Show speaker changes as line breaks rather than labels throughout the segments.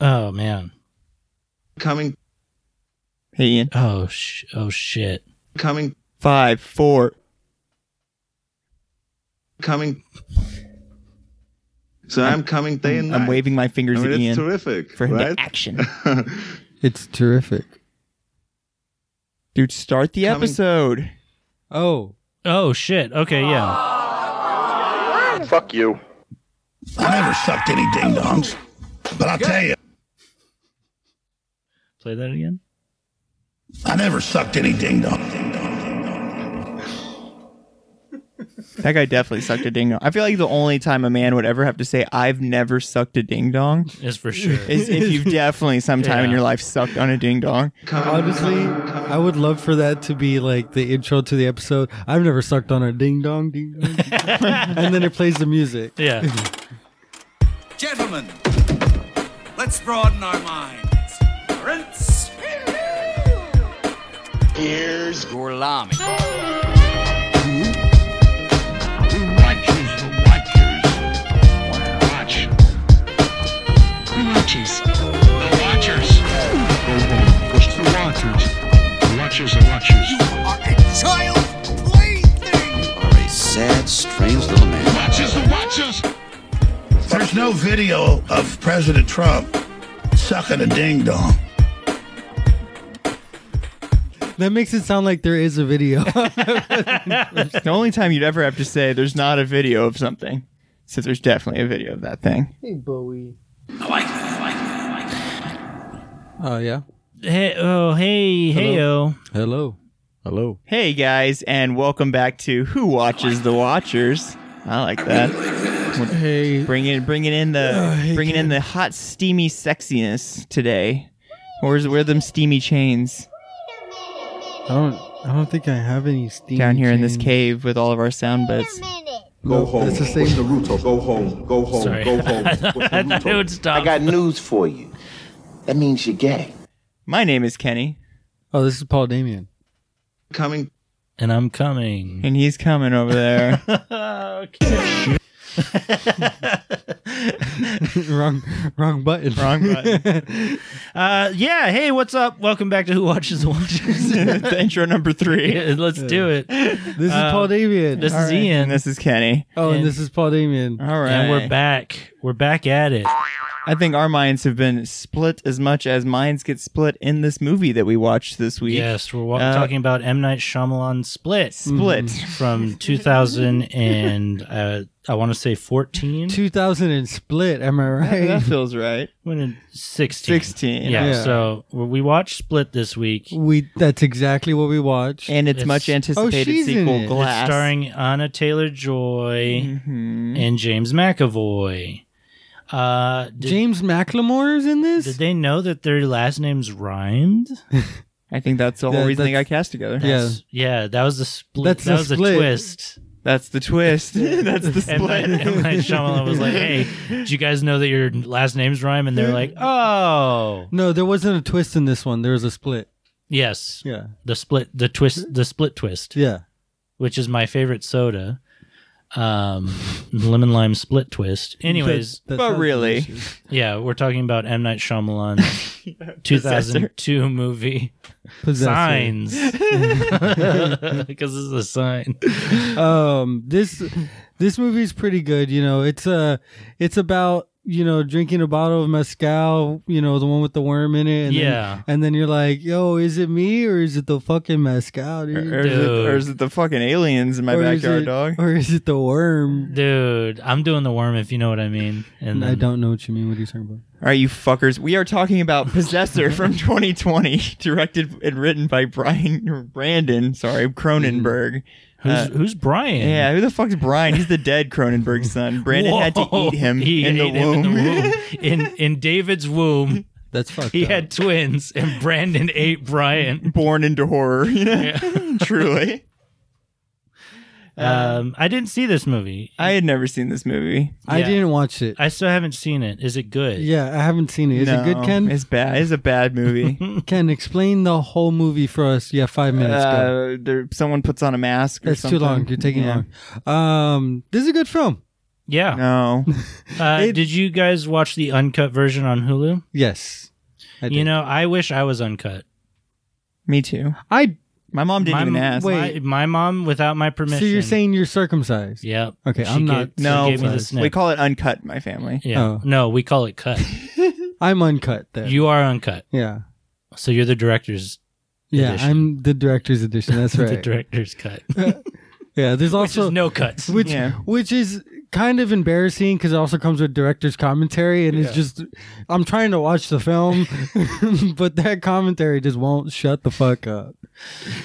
Oh man.
Coming,
Hey, Ian.
Oh sh- oh shit.
coming,
Five, four.
coming. So I'm, coming day and night.
I'm waving my
I
fingers
mean,
at Ian
it's terrific,
for him
right?
to action.
It's terrific.
Dude, start the
Coming-
episode.
Oh,
Oh shit. Okay, yeah.
Fuck you.
I never sucked any ding dongs, but I'll tell you,
Play that again.
I never sucked any ding dong. Ding dong, ding dong.
That guy definitely sucked a ding dong. I feel like the only time a man would ever have to say, I've never sucked a ding dong,
Is for sure.
is if you've definitely sometime in
Yeah.
your life sucked on a ding dong.
honestly, I would love for that to be like the intro to the episode. I've never sucked on a ding dong, ding dong, ding dong. and then it plays the music.
yeah.
Gentlemen, let's broaden our minds. Lawrence. Here's Gorlami.
Watchers, the Watchers. Watch. The Watchers. The Watchers. The Watchers. The Watchers, the Watchers.
Are a child plaything.
Are a sad, strange little man.
Watchers, the Watchers.
There's no video of President Trump sucking a ding dong.
That makes it sound like there is a video.
The only time you'd ever have to say, there's not a video of something. So there's definitely a video of that thing.
oh yeah.
Hey oh hey hey oh.
Hello. Hello.
Hey guys, and welcome back to Who Watches the Watchers. I like that.
Hey.
Bringing bringing in
Oh,
the
hey,
bringing in the hot steamy sexiness today. Where's where are them steamy chains
I don't. I don't think I have any steam
down here in this
chains.
cave with all of our sound bits?
No, That's the same.
root of go home, go home,
Sorry. I thought it would stop.
I got news for you. That means you're gay.
My name is Kenny,
Oh, this is Paul Damien.
coming.
and I'm coming.
and he's coming over there.
okay.
wrong. Wrong button.
Wrong button.
Uh, yeah. Hey, what's up? Welcome back to Who Watches the Watchers.
the intro number three.
Yeah, Let's do it.
This is
Uh,
Paul Damien.
This
All
is
right.
Ian. Uh-huh.
And this is Kenny.
Oh, and this is Paul Damien.
All right,
And we're back. We're back at it.
I think our minds have been split as much as minds get split in this movie that we watched this week.
Yes, we're wa-
Uh,
talking about M Night Shyamalan Split
Split.
Mm-hmm. from 2000 and uh, I want to say 14.
2000 and split. Am I
that
right?
feels right.
When did 16?
16.
Yeah,
Yeah.
So we we watched Split this week.
we. That's exactly what we watched.
And its,
It's-
much
Oh,
anticipated
she's in
sequel,
it. It's
Glass.
It's starring Anna Taylor Joy
Mm-hmm.
Mhm.
and James McAvoy. Uh, did,
James McLemore is in this.
did they know that their last names rhymed?
I think that's the whole
That-
reason they got
that's-
cast together.
Yeah.
That's- yeah, that was the split.
That's
that
the
was
split.
the twist.
That's the twist. that's the
And my,
split.
and my Shyamalan was like, "Hey, do you guys know that your last names rhyme?" And they're like, "Oh,
No, there wasn't a twist in this one. There was a split.
yes,
Yeah.
the split, the twist, the split twist,
Yeah.
which is my favorite soda, um, lemon lime split twist." Anyways,
That- that
But
sounds
really.
delicious.
yeah, we're talking about M Night Shyamalan, 2002 movie
Possessor.
signs, because this is a sign.
Um, this this movie is pretty good. You know, it's uh it's about you know drinking a bottle of mezcal. You know, the one with the worm in it. And
Yeah.
Then, and then you're like, yo, is it me or is it the fucking mezcal?
Or,
Dude?
or is it,
Dude.
or is it the fucking aliens in my
Or is
backyard,
it-
dog?
Or is it the worm?
Dude, I'm doing the worm if you know what I mean. And
I
then-
don't know what you mean. What are you talking about?
All right, you fuckers. We are talking about Possessor from 2020, directed and written by Brian Brandon, sorry, Cronenberg.
Who's
Uh,
who's Brian?
Yeah, who the fuck's Brian? He's the dead Cronenberg son. Brandon had to
Whoa.
eat him,
He
in, the
ate him
womb.
in the womb. In in David's womb,
That's fucked.
he
up.
had twins, and Brandon ate Brian.
Born into horror, you know? Truly.
Uh,
Um, I didn't see this movie.
I had never seen this movie.
I
yeah.
didn't watch it.
I still haven't seen it. Is it good?
yeah, I haven't seen it. Is
No,
it good, Ken?
It's bad. It's a bad movie.
Ken, explain the whole movie for us. Yeah, five minutes. go.
uh, there, someone puts on a mask. Uh, Or
That's
something.
too long. You're taking
Yeah.
long. Um, this is a good film.
Yeah.
No.
Uh,
It-
did you guys watch the uncut version on Hulu?
Yes. I
You know, I wish I was uncut.
Me too.
I
My mom didn't
my,
even ask.
My, my mom, without my permission.
so you're saying you're circumcised?
Yep.
Okay,
She
I'm
ga-
not
she
No,
gave me the
circumcised.
snip.
We call it uncut in my family.
yeah.
Oh.
No, we call it cut.
I'm uncut then.
you are uncut.
yeah.
So you're the director's
Yeah,
Edition.
I'm the director's edition. That's right.
the director's cut.
yeah, there's
Which
also
is no cuts.
which
Yeah.
which is kind of embarrassing because it also comes with director's commentary and it's just i'm trying to watch the film but that commentary just won't shut the fuck up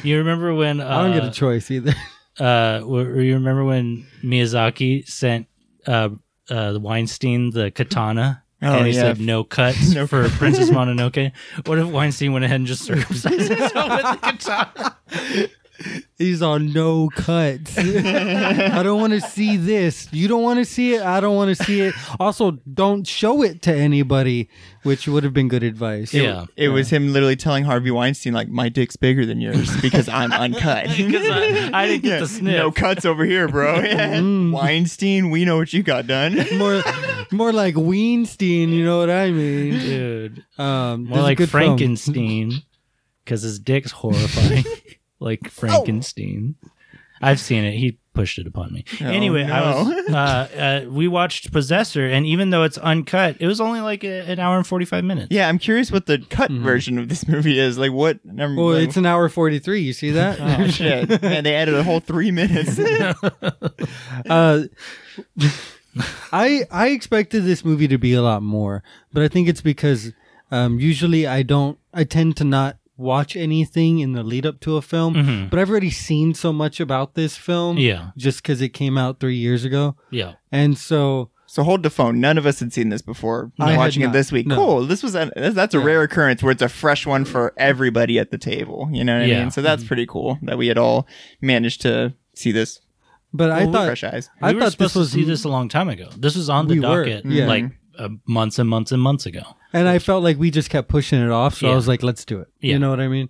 You remember when uh,
i don't get a choice either
uh, w- you remember when Miyazaki sent uh, uh, Weinstein the katana?
Oh,
and he
yeah.
said no cuts for Princess Mononoke. What if Weinstein went ahead and just circumcised himself with the katana?
these are no cuts i don't want to see this you don't want to see it i don't want to see it also don't show it to anybody which would have been good advice
Yeah.
It was him literally telling Harvey Weinstein, like, my dick's bigger than yours because I'm uncut.
Because I, I didn't get
Yeah,
the Mm. sniff.
No cuts over here, bro. Yeah. Weinstein, we know what you got done.
more more like weinstein you know what i mean
Dude.
um this
More
is a
like
good film.
Frankenstein. Because his dick's horrifying.
Oh.
like Frankenstein. I've seen it. He pushed it upon me.
Oh,
anyway, I
no.
was. Uh, uh, we watched Possessor, and even though it's uncut, it was only like a, an hour and forty five minutes.
Yeah, I'm curious what the cut
Mm-hmm.
version of this movie is. Like, what? Never,
Well,
like,
it's an hour 43. You see that?
oh, shit. Man, they added a whole three minutes.
uh, I I expected this movie to be a lot more, but I think it's because um, usually I don't. I tend to not watch anything in the lead up to a film,
Mhm.
but I've already seen so much about this film.
Yeah.
just because it came out three years ago,
Yeah.
and so
so hold the phone. None of us had seen this before.
I had
watching it
not.
this week.
No.
Cool. This was a, that's that's a rare occurrence where it's a fresh one for everybody at the table. You know what I
Yeah.
mean? So
Mm-hmm.
that's pretty cool that we had all managed to see this
but I
with
thought
fresh eyes.
We
I
were
thought
supposed
this was
to see this a long time ago. This was on the
We were,
docket
yeah.
like uh, months and months and months ago.
and I felt like we just kept pushing it off. So I
Yeah.
was like, let's do it.
Yeah.
You know what I mean?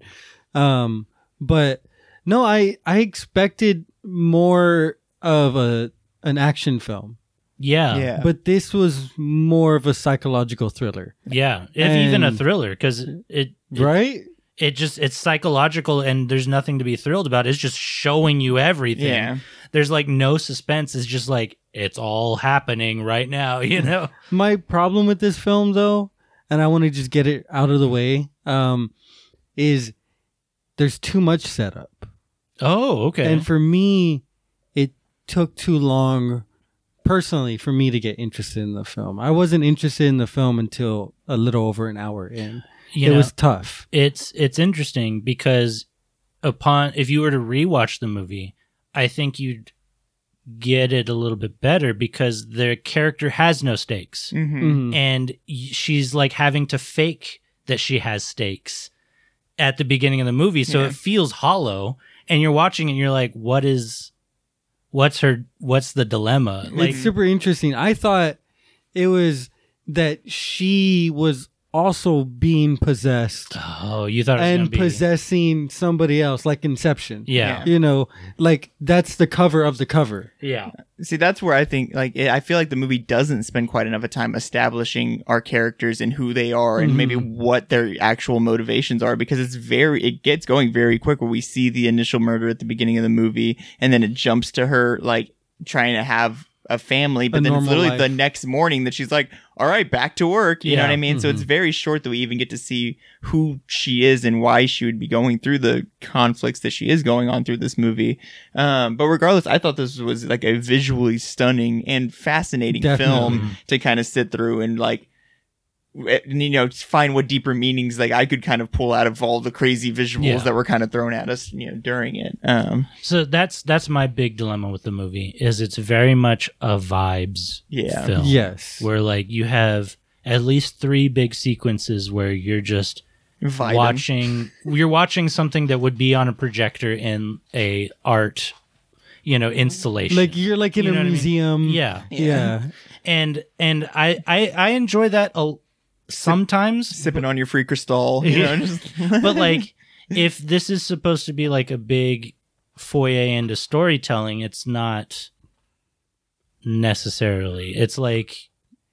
Um, but no, I I expected more of a an action film,
Yeah. Yeah.
yeah.
but this was more of a psychological thriller,
If even a
And-
thriller, because it, it
right?
it just it's psychological and there's nothing to be thrilled about it's just showing you everything
Yeah.
there's like no suspense it's just like it's all happening right now you know
My problem with this film, though, and I want to just get it out of the way, um, is there's too much setup.
oh okay
And for me, it took too long personally for me to get interested in the film. I wasn't interested in the film until a little over an hour in.
you
it
know
was tough.
it's it's interesting because upon if you were to rewatch the movie i think you'd get it a little bit better because the character has no stakes
Mhm.
Mhm.
and y- she's like having to fake that she has stakes at the beginning of the movie so
Yeah.
it feels hollow and you're watching it and you're like what is what's her what's the dilemma like
it's super interesting. I thought it was that she was also being possessed
oh you thought it was
and
gonna be
possessing somebody else, like Inception.
yeah
You know, like that's the cover of the cover.
yeah
See, that's where I think, like, it, I feel like the movie doesn't spend quite enough time establishing our characters and who they are and maybe
Mm-hmm.
what their actual motivations are because it's very, it gets going very quick where we see the initial murder at the beginning of the movie and then it jumps to her, like, trying to have a family, but
A
then it's
normal
literally
life.
the next morning that she's like, all right, back to work. You know
Yeah.
what I mean? So
Mm-hmm.
it's very short that we even get to see who she is and why she would be going through the conflicts that she is going on through this movie. Um, but regardless, I thought this was like a visually stunning and fascinating
Definitely.
film to kind of sit through and like, w- and, you know, find what deeper meanings like I could kind of pull out of all the crazy visuals
Yeah.
that were kind of thrown at us, you know, during it. Um,
so that's that's my big dilemma with the movie is it's very much a vibes
Yeah.
film
Yes.
where like you have at least three big sequences where you're just
vibing.
watching you're watching something that would be on a projector in a art you know installation
Like you're like in
You know
a
what I mean?
museum.
yeah
Yeah.
and and i i, I enjoy that a, sometimes
sipping on your free crystal, you know, just
but like if this is supposed to be like a big foyer into storytelling it's not necessarily. It's like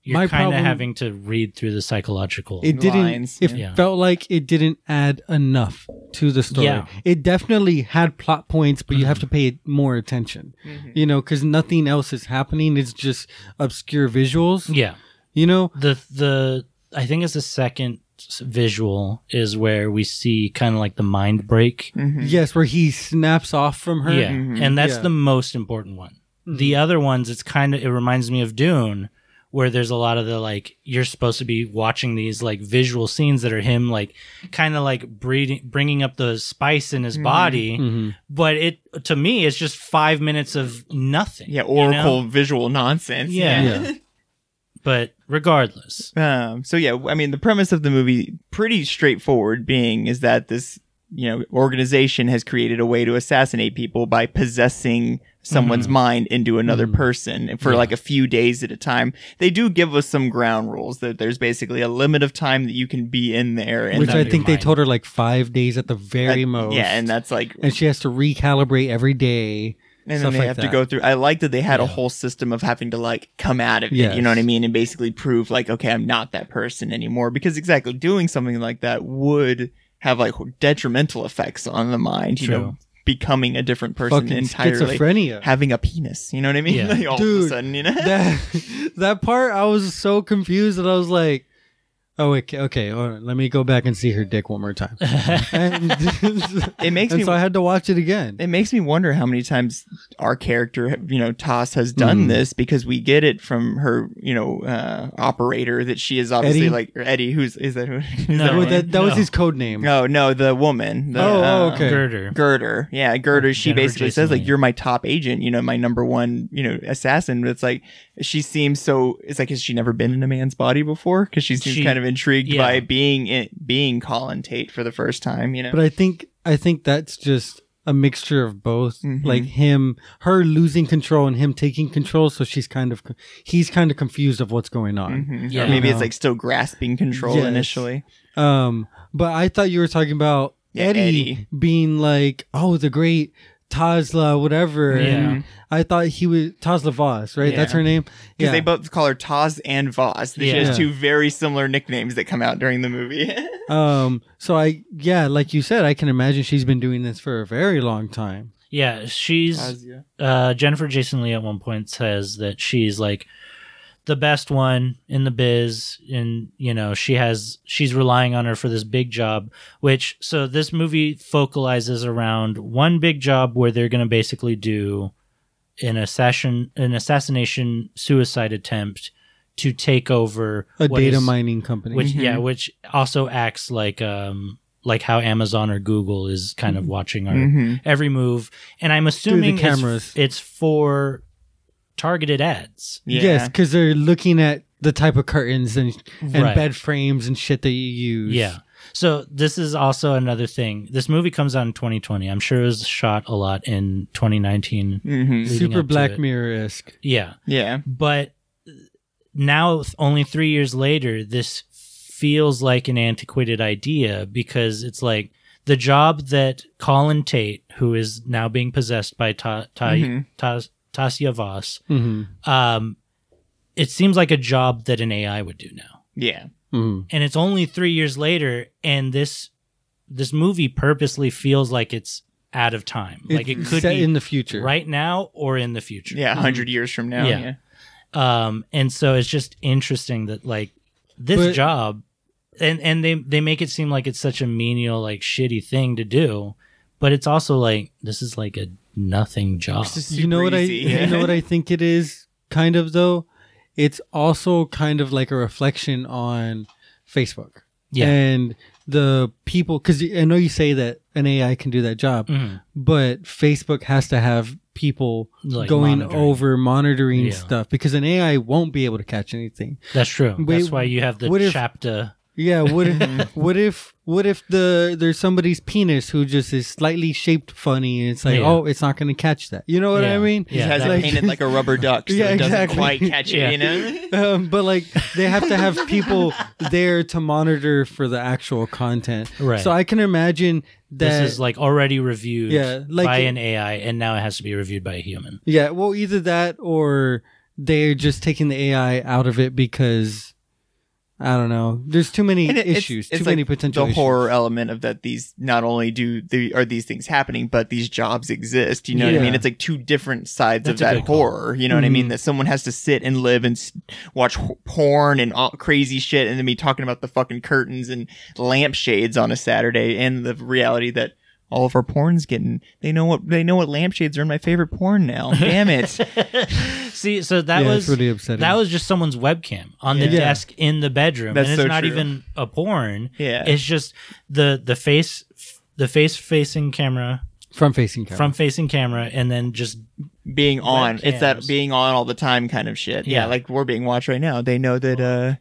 My
you're kind of
problem-
having to read through the psychological.
it didn't
lines,
it
yeah.
felt like it didn't add enough to the story
Yeah. Mm-hmm.
it definitely had plot points but you have to pay more attention you know because nothing else is happening it's just obscure visuals
yeah.
you know
the the I think it's the second s- visual is where we see kind of like the mind break.
Mm-hmm.
yes where he snaps off from her
Mm-hmm. Yeah, and that's
Yeah.
the most important one. The other ones, it's kind of it reminds me of Dune, where there's a lot of the like you're supposed to be watching these like visual scenes that are him like kind of like breeding, bringing up the spice in his
Mm-hmm.
body,
Mhm.
but it to me it's just five minutes of nothing.
Yeah,
you know?
oracle visual nonsense.
Yeah.
yeah
but regardless,
Um, so yeah, I mean the premise of the movie pretty straightforward being is that this you know organization has created a way to assassinate people by possessing someone's
Mm-hmm.
mind into another person for like a few days at a time. They do give us some ground rules that there's basically a limit of time that you can be in there and
which
that'd
i
be
think they
mine.
told her like five days at the very most
yeah, and that's like
and she has to recalibrate every day
And then
stuff
they
like
have to
that.
go through. I like that they had a whole system of having to like come out of it. You
Yes.
know what I mean? And basically prove like, okay, I'm not that person anymore. Because exactly doing something like that would have like detrimental effects on the mind. You know,
True.
becoming a different person
fucking
entirely,
schizophrenia
having a penis. You know what I mean?
Yeah.
Like, all of a
Dude,
sudden, you know.
that that part I was so confused that I was like, "Oh, okay, okay all right, let me go back and see her dick one more time." and,
It makes
and
me-
so I had to watch it again.
it makes me wonder how many times our character, you know, Toss has done
Mm.
this because we get it from her, you know, uh, operator that she is obviously
Eddie?
like or Eddie. Who's is that? Who, is
No.
that
Well,
one?
that that was
No.
his code name.
No, no, the woman. The,
Oh, oh,
uh,
okay.
girder.
Girder. Yeah, Girder. She
Jennifer
basically
Jason
says like,
Leigh.
"You're my top agent. You know, my number one. You know, assassin." But it's like she seems so. It's like has she never been in a man's body before? Because she seems
She-
kind of intrigued
yeah.
by being in, being Colin Tate for the first time. You know.
But I think I think that's just a mixture of both,
Mm-hmm.
like him, her losing control and him taking control. So she's kind of he's kind of confused of what's going on.
Mhm.
Yeah.
Or maybe it's
Uh-huh.
like still grasping control
Yes.
initially.
Um, but I thought you were talking about
Yeah,
Eddie,
Eddie.
being like, oh, the great Tasla, whatever.
Yeah.
And I thought he was Tasla Voss, right? That's
Yeah.
her name.
Because
Yeah.
they both call her Taz and Voss. She
Yeah.
has two very similar nicknames that come out during the movie.
um. So I, yeah, like you said, I can imagine she's been doing this for a very long time.
Yeah, she's uh, Jennifer Jason Lee at one point says that she's like the best one in the biz, and you know she has she's relying on her for this big job. Which so this movie focalizes around one big job where they're going to basically do an assassin an assassination suicide attempt to take over
A
what
data
is-
mining company.
which yeah, which also acts like um like how Amazon or Google is kind of watching
Mm-hmm.
our
Mm-hmm.
every move, and I'm assuming it's-
cameras.
It's, for targeted ads.
Yeah.
Yes, because they're looking at the type of curtains and and
Right.
bed frames and shit that you use.
Yeah. So this is also another thing. This movie comes out in 2020. I'm sure it was shot a lot in 2019.
hmm
leading
Super
up to
Black
it.
Mirror esque.
Yeah.
Yeah.
but now th- only three years later this feels like an antiquated idea because it's like the job that colin tate who is now being possessed by ta- ta-
Mm-hmm.
Tas- tasia voss
hmm
um, it seems like a job that an ai would do now
Yeah.
hmm
and it's only three years later and this this movie purposely feels like it's out of time like it could
set
be
in the future,
right now or in the future
Yeah. 100 years from now.
Yeah.
yeah.
um and so it's just interesting that like this
But-
job and and they they make it seem like it's such a menial like shitty thing to do but it's also like this is like a nothing job
you know what I you know what I think it is kind of though it's also kind of like a reflection on Facebook
Yeah.
and the people cuz I know you say that an AI can do that job
Mhm.
but Facebook has to have people
Like
going
monitoring.
over monitoring
Yeah.
stuff because an AI won't be able to catch anything
that's true
Wait,
that's why you have the
what if-
chapter
yeah what if
Mm-hmm.
what if what if the there's somebody's penis who just is slightly shaped funny and it's like
Yeah.
oh it's not going to catch that you know what I
Yeah.
mean
Yeah,
has
that-
it painted like a rubber duck so
Yeah,
it doesn't
exactly.
quite catch it,
Yeah.
you know?
um, but like they have to have people there to monitor for the actual content.
Right.
So I can imagine that.
this is like already reviewed
Yeah, like-
by an ai and now it has to be reviewed by a human
yeah. Well, either that or they're just taking the AI out of it because I don't know. There's too many
And it- it's-
issues,
it's
too many
like
potential
The
issues.
horror element of that these not only do the are these things happening, but these jobs exist. You know what I
Yeah.
mean? It's like two different sides
That's a
of that
good call.
horror. You know what I mean?
Mhm.
That someone has to sit and live and s- watch wh- porn and all crazy shit, and then be talking about the fucking curtains and lampshades on a Saturday, and the reality that. All of our porn's getting. They know what they know. What lampshades are in my favorite porn now. Damn it!
See, so that
Yeah,
was
it's really upsetting.
That was just someone's webcam on the
Yeah.
desk in the bedroom,
That's
and it's
so
not
true.
even a porn.
Yeah.
it's just the the face, the face facing camera,
from facing camera.
front facing camera, and then just
being on. It's that
Webcams.
being on all the time kind of shit. Yeah,
Yeah.
like we're being watched right now. They know that uh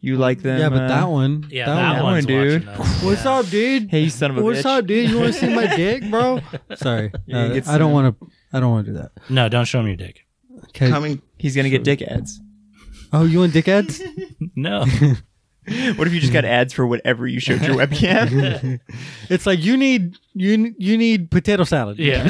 you like them.
yeah, but that
uh,
one.
yeah, that,
one,
one's
dude.
watching us.
What's
Yeah.
up, dude?
Hey, you son of a
What's
bitch.
up, dude? You want to see my dick, bro? Sorry,
Yeah, you
Uh,
get
I don't
some-
want to. I don't want to do that.
No, don't show him your dick.
Okay.
coming
He's gonna get dick ads.
Oh, you want dick ads?
No,
What if you just got ads for whatever you showed your webcam?
it's like you need you you need potato salad.
yeah.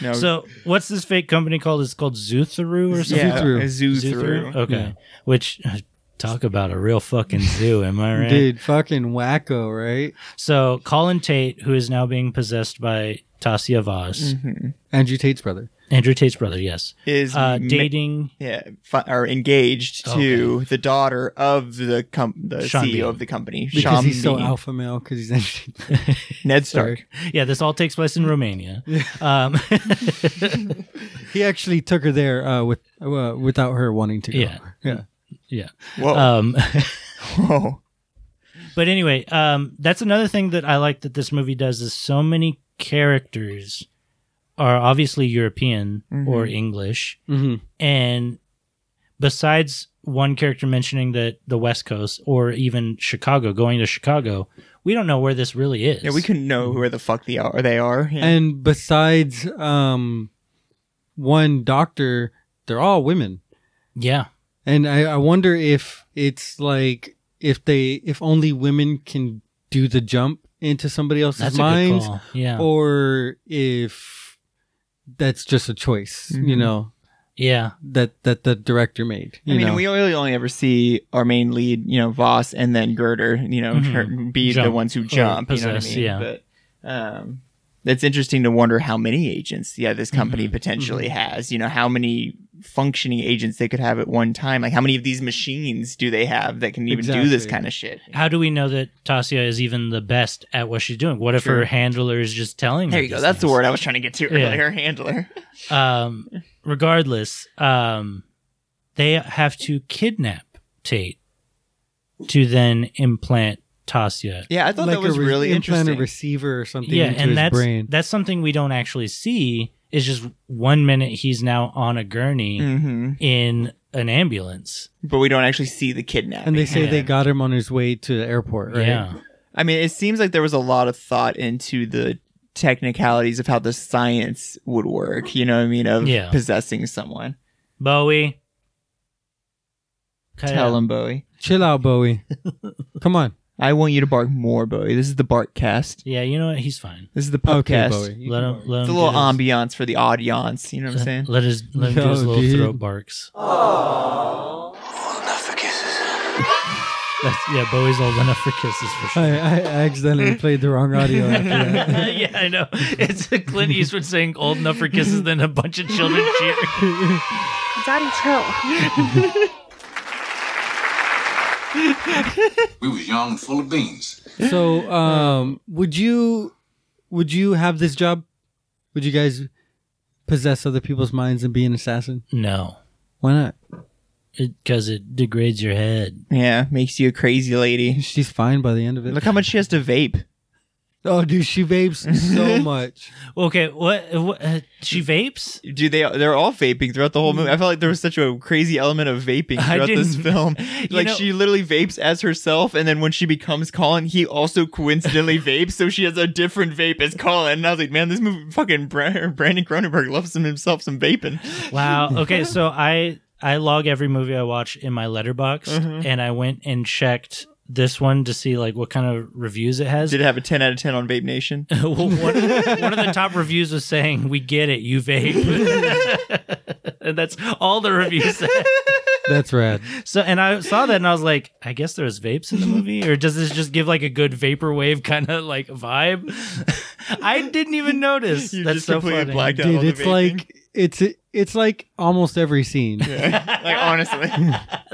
no.
so what's this fake company called? It's called Zoothru or something.
yeah,
Zoo-through.
a zoo
Zoothru.
through.
Okay,
Yeah.
which talk about a real fucking zoo. Am I right?
Dude, fucking wacko, right?
So Colin Tate, who is now being possessed by Tasia Voss,
Mm-hmm.
Andrew Tate's brother.
Andrew Tate's brother, yes,
Is
uh,
Mm-hmm. ma-
dating.
yeah, fi- or engaged to the daughter of the com- the
Sean
CEO
Bean.
of the company,
Because
Sean
he's so
Bean.
alpha male. Because he's Andrew Tate.
Ned Stark.
Yeah, this all takes place in Romania. Um,
he actually took her there uh, with uh, without her wanting to go.
Yeah.
yeah.
yeah.
Whoa,
Um,
whoa.
but anyway, um, that's another thing that I like that this movie does is so many characters are obviously European
Mm-hmm.
or English,
Mhm.
and besides one character mentioning that the West Coast or even Chicago, going to Chicago, we don't know where this really is.
Yeah, we couldn't know where the fuck they are. They are. Yeah.
And besides um, one doctor, they're all women.
Yeah.
And I, I wonder if it's like if they if only women can do the jump into somebody else's
That's
minds,
a good call. Yeah.
or if that's just a choice,
Mm-hmm.
you know,
yeah.
that that the director made. You
I mean,
know?
we really only ever see our main lead, you know, Voss and then Girder, you know,
Mhm.
her- be the
Jump.
ones who
Or
jump. you know what I
possess,
mean?
yeah.
But um, it's interesting to wonder how many agents, yeah, this company
Mm-hmm.
potentially has. You know, how many functioning agents they could have at one time. Like, how many of these machines do they have that can even do this
Exactly.
kind of shit?
How do we know that Tasia is even the best at what she's doing? What if her handler is just telling her?
There you go.
these
That's the
things?
word I was trying to get to
Yeah.
earlier. Handler.
Um, regardless, um, they have to kidnap Tate to then implant Tasia.
Yeah, I thought that was
re-
really
implant
interesting.
a receiver or something
Yeah,
into
and
his
that's
brain.
that's something we don't actually see. It's just one minute he's now on a gurney
hmm
in an ambulance.
But we don't actually see the kidnapping.
and they say they
Yeah.
got him on his way to the airport, right?
Yeah.
I mean, it seems like there was a lot of thought into the technicalities of how the science would work. You know what I mean? Of
Yeah.
possessing someone.
Bowie. Cut it out.
Tell him, Bowie.
Chill out, Bowie. Come on.
I want you to bark more, Bowie. This is the bark cast.
Yeah, you know what? He's fine.
This is the
Okay,
podcast.
Bowie. You
Let
can
him.
bark.
Let
It's a
him
little
do his-
ambiance for the audience. You know what I'm saying?
Let his let him do his
No,
little
dude.
throat barks.
Old enough for kisses.
That's, yeah, Bowie's old enough for kisses for sure.
I, I accidentally played the wrong audio. after that.
yeah, I know. It's Clint Eastwood saying "old enough for kisses," then a bunch of children cheering.
Daddy, chill.
We was young and full of beans.
So, um, would you would you have this job? Would you guys possess other people's minds and be an assassin?
No,
Why not?
because it, degrades your head.
Yeah, makes you a crazy lady.
She's fine by the end of it.
Look how much she has to vape.
oh, dude, she vapes so much.
Okay, what? what uh, she vapes?
Dude, they they're all vaping throughout the whole movie. I felt like there was such a crazy element of vaping
Mm. I
throughout this
didn't-
film. Like
know-
she literally vapes as herself, and then when she becomes Colin, he also coincidentally vapes, so she has a different vape as Colin. And I was like, man, this movie fucking Bra- Brandon Cronenberg loves him himself some vaping.
Wow. Okay, so I I log every movie I watch in my letterbox, and I went and checked this one to see like what kind of reviews it has.
Did it have a ten out of ten on Vape Nation?
Well, one, one of the top reviews was saying, "We get it, you vape." and that's all the review said.
That's rad.
So, and I saw that and I was like, I guess there was vapes in the movie, or does this just give like a good vaporwave kind of like vibe? I didn't even notice.
You
that's
just
so
completely
funny.
blacked out.
Dude,
all the
it's
vaping.
like it's it's like almost every scene.
Yeah. like honestly.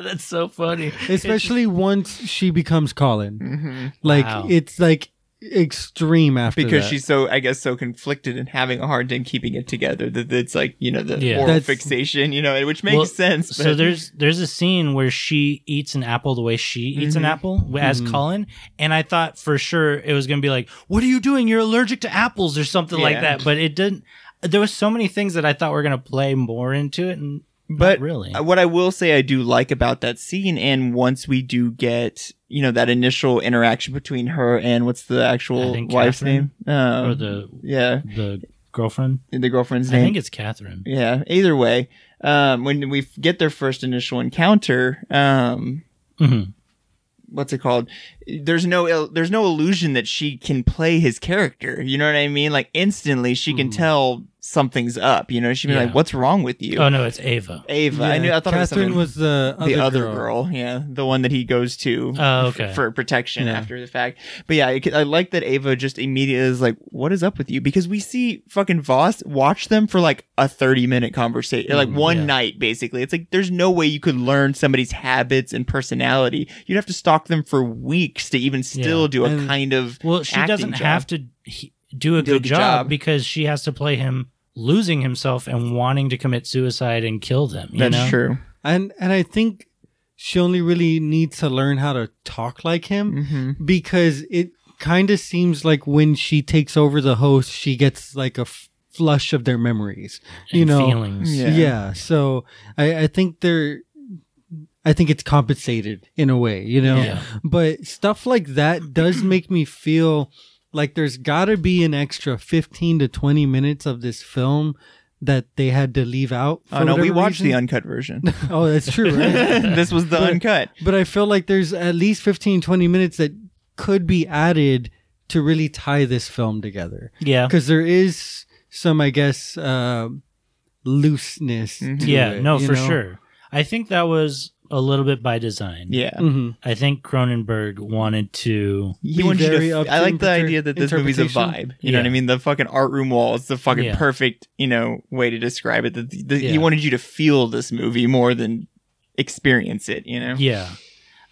that's so funny.
Especially once she becomes Colin.
hmm
Like
Wow.
it's like extreme after
Because
that.
she's so, I guess, so conflicted and having a hard time keeping it together that it's like you know the
Yeah.
oral
That's-
fixation, you know, which makes
Well,
sense. But
So there's there's a scene where she eats an apple the way she eats an
Mhm.
apple as
Mhm.
Colin, and I thought for sure it was gonna be like, "What are you doing? You're allergic to apples" or something like
Yeah.
that. But it didn't. There was so many things that I thought were gonna play more into it, and
but
really.
uh, what I will say I do like about that scene, and once we do get you know that initial interaction between her and what's the
I
actual
think
wife's
Catherine,
name um,
or the
yeah
the girlfriend.
the girlfriend's
I
name.
think it's Catherine.
yeah. Either way, um, when we f- get their first initial encounter, um,
Mhm.
what's it called? There's no ill there's no illusion that she can play his character. You know what I mean? Like instantly, she can tell something's up. You know, she'd be
Hmm. Yeah.
like, "What's wrong with you?"
Oh no, it's Ava.
Ava, I
Yeah,
knew. I thought it was
Catherine
something-
was, the other,
the other
girl.
girl. yeah, the one that he goes to
Oh,
f-
okay.
for protection
Yeah.
after the fact. But yeah, I, c- I like that Ava just immediately is like, "What is up with you?" Because we see fucking Voss watch them for like a thirty minute conversation, like
Mm,
one
yeah.
night basically. It's like there's no way you could learn somebody's habits and personality. You'd have to stalk them for weeks to even still
Yeah.
do a
And-
kind of
Well, she
acting
doesn't
job.
have to he, do a
Do a
good
good
job,
job.
because she has to play him losing himself and wanting to commit suicide and kill them. You
That's
know?
true.
And and I think she only really needs to learn how to talk like him
Mm-hmm.
hmm
because it kind of seems like when she takes over the host, she gets like a f- flush of their memories. you
And
know,
feelings.
Yeah.
Yeah. So I, I think they're I think it's compensated in a way, you know?
Yeah.
But stuff like that does make me feel like there's gotta be an extra fifteen to twenty minutes of this film that they had to leave out.
Oh no, we watched the
uncut.
uncut version.
oh, that's true, right?
this was the
But-
uncut.
but I feel like there's at least 15, 20 minutes that could be added to really tie this film together
Yeah.
because there is some, I guess, uh, looseness.
Mm-hmm.
to
Yeah,
it,
no,
you
for
know?
sure. I think that was a little bit by design.
Yeah.
Mhm.
I think Cronenberg wanted to.
He
be
wants you
very
to.
up
I
to
like the
interpre-
idea that this movie's a
interpretation.
vibe. You know what I
Yeah.
mean? The fucking art room wall is the fucking
Yeah.
perfect, you know, way to describe it. That the, the, He
Yeah.
wanted you to feel this movie more than experience it. You know?
Yeah.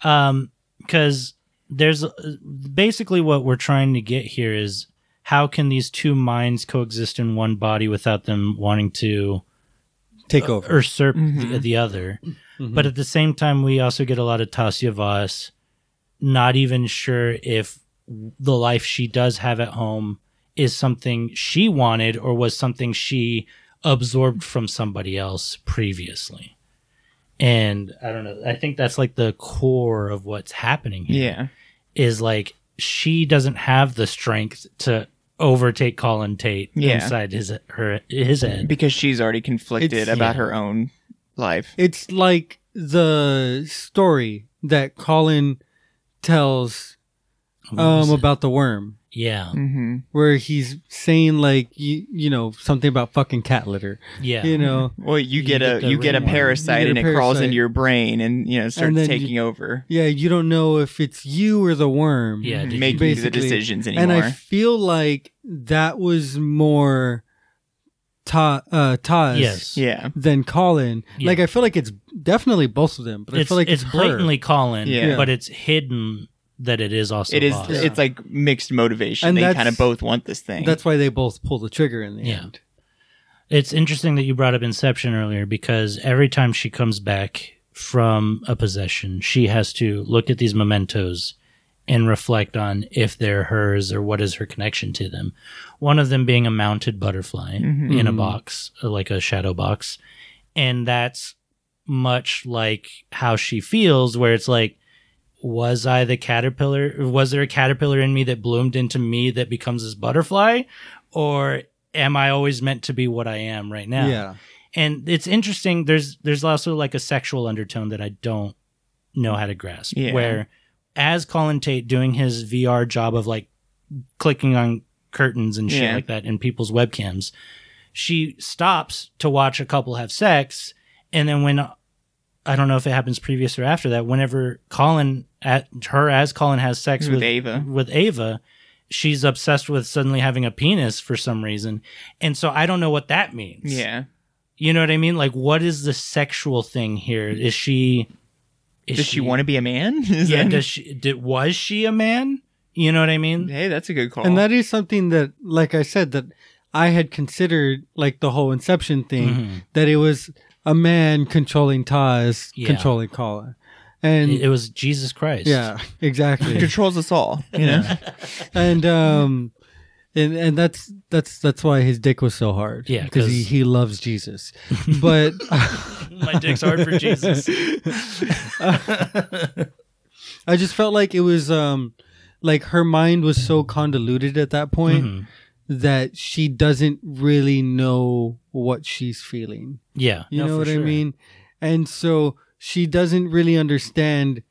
Um, because there's uh, basically what we're trying to get here is how can these two minds coexist in one body without them wanting to
Take
Uh,
over.
usurp the,
Mhm.
the other?
Mm-hmm.
Mhm.
But at the same time, we also get a lot of Tasya Voss, not even sure if the life she does have at home is something she wanted or was something she absorbed from somebody else previously. And I don't know. I think that's like the core of what's happening here
Yeah.
is like she doesn't have the strength to overtake Colin Tate
Yeah.
inside his her his head.
Because she's already conflicted
It's-
about
yeah.
her own life.
it's like the story that Colin tells um, about the worm,
yeah.
hmm
where he's saying, like, you, you know, something about fucking cat litter,
Yeah.
you know?
Well, you,
You
get,
get
a
the
you get a
ringworm.
parasite
You get
and
a
it crawls into
parasite.
your brain and you know starts
then you-
taking over,
Yeah, you don't know if it's you or the worm.
Yeah, did you-
making the
basically.
decisions anymore.
And I feel like that was more Ta- uh, Taz
yes.
yeah.
than Colin.
Yeah.
Like, I feel like it's definitely both of them, but I
it's,
feel like
it's
her.
blatantly Colin,
Yeah.
but it's hidden that it is also
It is.
Voss.
Yeah.
It's like mixed motivation.
And
they
that's-
kind of both want this thing.
That's why they both pull the trigger in the
Yeah.
end.
It's interesting that you brought up Inception earlier because every time she comes back from a possession, she has to look at these mementos and reflect on if they're hers or what is her connection to them. One of them being a mounted butterfly in a box, like a shadow box. And that's much like how she feels, where it's like, was I the caterpillar? Was there a caterpillar in me that bloomed into me that becomes this butterfly? Or am I always meant to be what I am right now?
Yeah.
And it's interesting. There's there's also like a sexual undertone that I don't know how to grasp.
Yeah.
Where as Colin Tate doing his VR job of like clicking on curtains and shit
Yeah.
like that in people's webcams, she stops to watch a couple have sex, and then when I don't know if it happens previous or after that, whenever Colin at her as Colin has sex
With
with,
Ava.
with Ava, she's obsessed with suddenly having a penis for some reason, and so I don't know what that means.
Yeah.
you know what I mean. Like, what is the sexual thing here? Is she? Is
Does she, want to be a man? Is
Yeah.
that-
Does she? Did was she a man? You know what I mean?
hey, that's a good call.
And that is something that, like I said, that I had considered like the whole Inception thing
Mm-hmm.
that it was a man controlling Taz,
Yeah.
controlling Colin. And
It was Jesus Christ.
yeah, exactly.
controls us all. You know?
and um and and that's that's that's why his dick was so hard
Yeah,
because
'cause-
he, he loves jesus but
My dick's hard for Jesus.
i just felt like it was um like her mind was so convoluted at that point
Mm-hmm.
that she doesn't really know what she's feeling
Yeah.
you
no,
know
for
what
sure.
i mean and so she doesn't really understand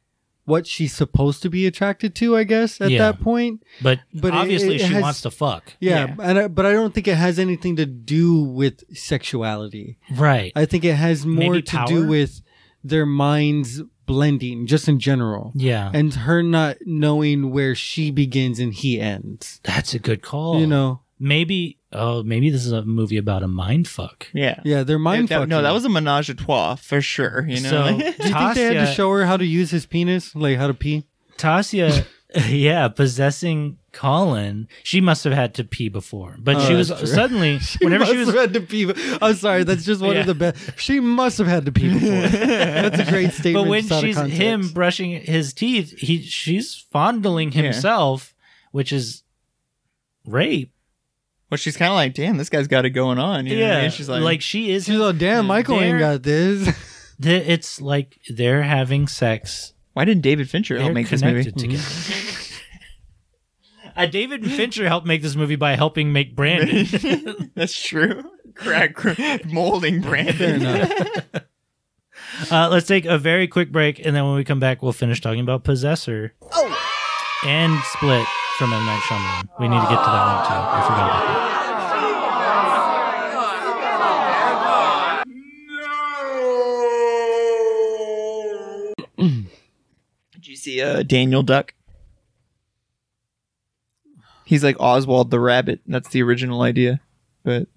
what she's supposed to be attracted to i guess at
Yeah.
that point
But,
But it-
obviously,
it
she
has-
wants to fuck.
yeah, And I, but i don't think it has anything to do with sexuality
Right.
I think it has more
Maybe
to
power?
do with their minds blending, just in general,
yeah.
and her not knowing where she begins and he ends.
That's a good call.
You know,
maybe. Oh, maybe this is a movie about a mind fuck.
Yeah.
yeah, their mind.
That- no,
fucking.
that was a menage a trois for sure. You know,
so
Like-
Do you think they had to
Tasya-
show her how to use his penis, like how to pee?
Tasia, yeah, possessing Colin, she must have had to pee before, but
Oh,
she was
that's true.
suddenly whenever she
Must
was
have had to pee. I'm sorry, that's just one
Yeah.
of the best. She must have had to pee before. that's a great statement.
but when
just out of
she's
context.
him brushing his teeth, he she's fondling
Yeah.
himself, which is rape.
well, she's kind of like, damn, this guy's got it going on. You know what I mean? she's like,
she is.
she's like, "Damn, Michael
They're-
ain't got this."
th- it's like they're having sex.
why didn't David Fincher
They're
help make this movie?
connected together. Uh, David Fincher helped make this movie by helping make Brandon.
That's true. Crack cr- molding Brandon.
Uh, let's take a very quick break, and then when we come back, we'll finish talking about Possessor. Oh, and Split from M Night Shyamalan. We need to get to that one too. I forgot about that.
Did you see uh, Daniel Duck? He's like Oswald the Rabbit. That's the original idea, but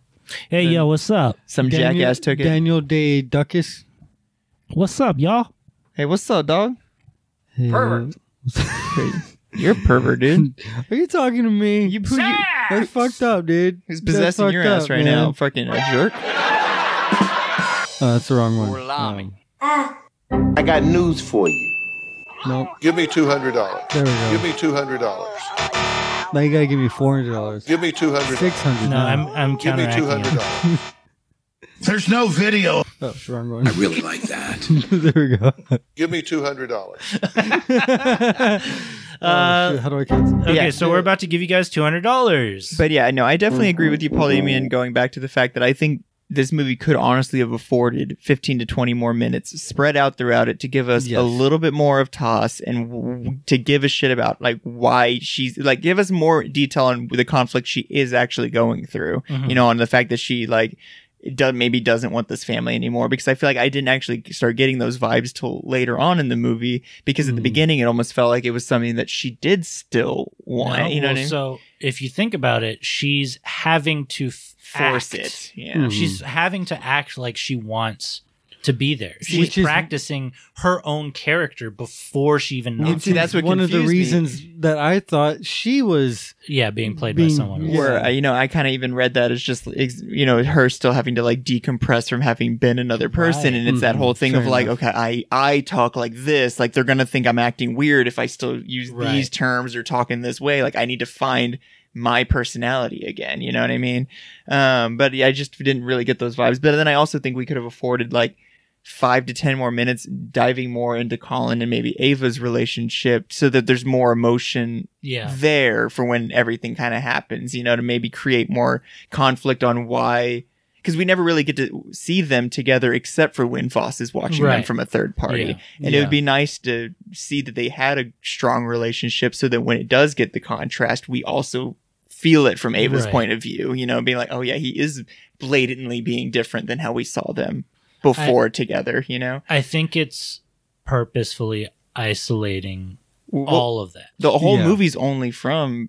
Hey, yo, what's up?
some
Daniel-
jackass took it.
Daniel Day Duckus.
What's up, y'all?
hey, what's up, dog? Pervert. You're a pervert, dude.
Are you talking to me? You, who you that's fucked up, dude.
He's
That's
possessing your
fucked
ass
up,
right
man.
now. Fucking a jerk.
Oh, that's the wrong
Or
one.
lami.
I got news for you.
Nope.
Give me two hundred dollars.
There we go.
Give me two hundred dollars.
Now you gotta give me four hundred dollars,
Give me two hundred.
six hundred.
Uh,
Oh,
No, I'm I'm
Give me
counteracting.
two hundred
you.
dollars.
There's no video
Oh, it's the wrong one.
Really like that.
there we go.
Give me two hundred dollars.
Oh, shit, how do I cancel?
Uh, Okay,
Yeah.
so we're about to give you guys two hundred dollars.
But yeah, no, I definitely agree with you, Paul Damian, going back to the fact that I think this movie could honestly have afforded 15 to 20 more minutes spread out throughout it to give us
Yes.
a little bit more of toss and w- to give a shit about like why she's like give us more detail on the conflict she is actually going through
Mm-hmm.
you know on the fact that she like do- maybe doesn't want this family anymore because I feel like I didn't actually start getting those vibes till later on in the movie because at the beginning it almost felt like it was something that she did still want
No,
you know
well,
what I mean?
So if you think about it, she's having to f-
force
act.
it yeah
She's having to act like she wants to be there. She's
Which is-
practicing her own character before she even knocks.
And see, that's what
one of the
confused me.
reasons that I thought she was.
Yeah, being played by
Being-
someone. else.
yeah.
where uh, you know I kind of even read that as just ex- you know her still having to like decompress from having been another
Right.
person, and it's that
Mhm.
whole thing
Fair
of like,
enough.
okay, I I talk like this, like they're gonna think I'm acting weird if I still use these
Right.
terms or talk in this way. Like I need to find my personality again. You know what I mean? Um, but yeah, I just didn't really get those vibes. But then I also think we could have afforded like five to ten more minutes diving more into Colin and maybe Ava's relationship so that there's more emotion
Yeah.
there for when everything kind of happens, you know, to maybe create more conflict on why. Because we never really get to see them together except for when Foss is watching them
Right.
from a third party.
Yeah.
And it
Yeah.
would be nice to see that they had a strong relationship so that when it does get the contrast, we also feel it from Ava's
Right.
point of view, you know, being like, oh yeah, he is blatantly being different than how we saw them before together, you know?
I think it's purposefully isolating
Well,
all of that.
The whole
Yeah.
movie's only from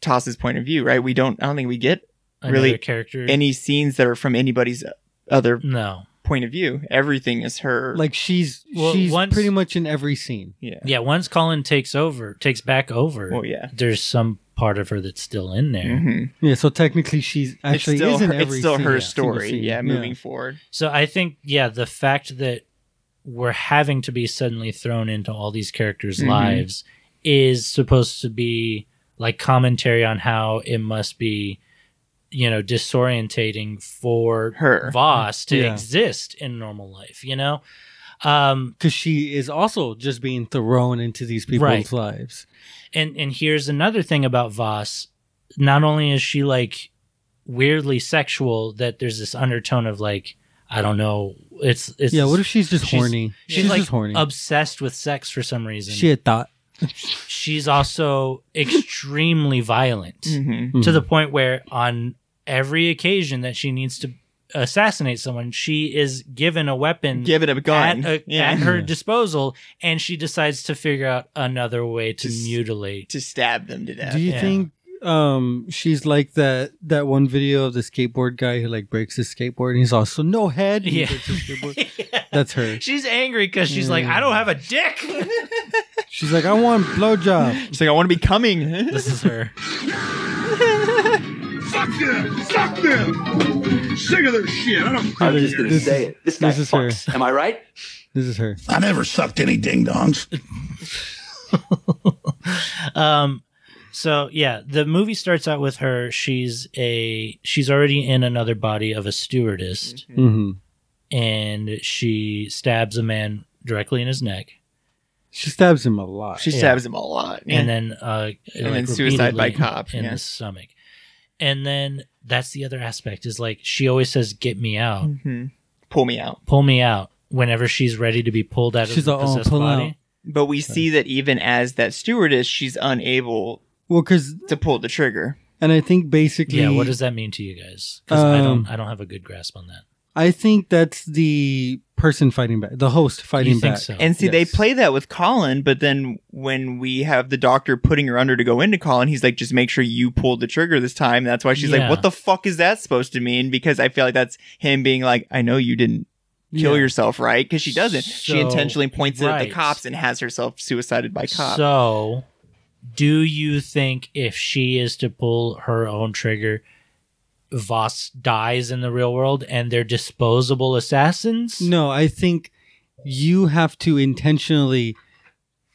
Toss's point of view, right? We don't, I don't think we get
Another
really
character.
any scenes that are from anybody's other
no.
point of view. Everything is her.
Like she's
Well,
she's
once-
pretty much in every scene.
yeah.
Yeah, once Colin takes over, takes back over.
Well, yeah.
There's some part of her that's still in there.
hmm
Yeah, so technically she's actually
it's still,
is in
her,
every
it's still
scene,
her
yeah.
story.
Single
Yeah,
scene,
moving forward.
So I think, yeah, the fact that we're having to be suddenly thrown into all these characters'
Mm-hmm.
Mhm.
lives is supposed to be like commentary on how it must be, you know, disorientating for
Her.
Voss to
Yeah.
exist in normal life, you know? Um,
because she is also just being thrown into these people's
Right.
lives.
and and here's another thing about Voss. Not only is she like weirdly sexual, that there's this undertone of like, I don't know, it's it's
yeah, what if she's just
she's-
horny?
She's, like
just horny.
obsessed with sex for some reason.
she had thought
She's also extremely violent
hmm
to the point where on every occasion that she needs to assassinate someone, she is given a weapon
Give it a gun.
at, a,
yeah.
at her
Yeah.
disposal, and she decides to figure out another way to
Just-
mutilate.
to stab them to death.
Do you
uh, Yeah.
think um she's like that that one video of the skateboard guy who like breaks his skateboard and he's also no head? and he
Yeah.
breaks his skateboard"? That's her.
She's angry because she's like, I don't have a dick.
She's like, I want blowjob.
She's like, I want to be coming.
this is her.
Fuck them! Fuck them! Sick of their shit. I don't.
I'm just gonna
This-
say it. This guy
this is
fucks. Am I right?
This is her.
I never sucked any ding dongs.
um so yeah the movie starts out with her she's a she's already in another body of a stewardess
Mm-hmm.
and she stabs a man directly in his neck
She stabs him a lot.
She
Yeah.
stabs him a lot. Yeah.
and then uh like,
then suicide by
repeatedly
cop,
in
yeah.
the stomach and then that's the other aspect is like she always says get me out
Mm.
Mhm. pull me out.
pull me out whenever she's ready to be pulled out
She's
of the
like, "Oh,
possessed
pull
body
out.
But we see that even as that stewardess, she's unable
Well, because
to pull the trigger.
and I think basically,
yeah what does that mean to you guys because i
Um,
don't i don't have a good grasp on that
I think that's the person fighting back, the host fighting
you think
back.
so
And see,
Yes.
they play that with Colin, but then when we have the doctor putting her under to go into Colin, he's like, just make sure you pull the trigger this time. That's why she's
Yeah.
like, what the fuck is that supposed to mean? Because I feel like that's him being like, I know you didn't kill
Yeah.
yourself, right? Because she doesn't.
So-
she intentionally points it at
right.
the cops and has herself suicided by cop.
So, do you think if she is to pull her own trigger, Voss dies in the real world and they're disposable assassins?
No, I think you have to intentionally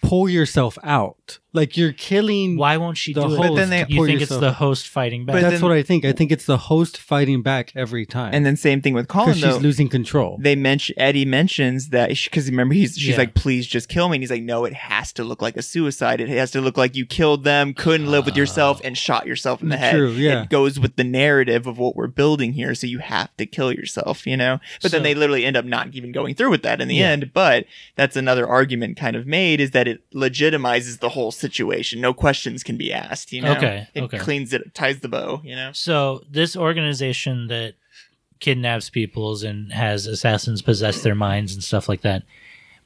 pull yourself out. Like you're killing.
Why won't she
The
do
host
it?
But then they-
you
pull
think it's
yourself-
the host fighting back?
But
That's
then-
what I think. I think it's the host fighting back every time.
And then same thing with Colin
because
though.
she's losing control.
they mention Eddie mentions that because remember he's she's
Yeah.
like please just kill me and he's like no it has to look like a suicide it has to look like you killed them couldn't live with yourself and shot yourself in the head
True, yeah.
it goes with the narrative of what we're building here so you have to kill yourself you know but
So-
then they literally end up not even going through with that in the
Yeah.
end but that's another argument kind of made is that it legitimizes the whole situation no questions can be asked you know
Okay,
it
okay.
cleans it ties the bow you know
so, this organization that kidnaps peoples and has assassins possess their minds and stuff like that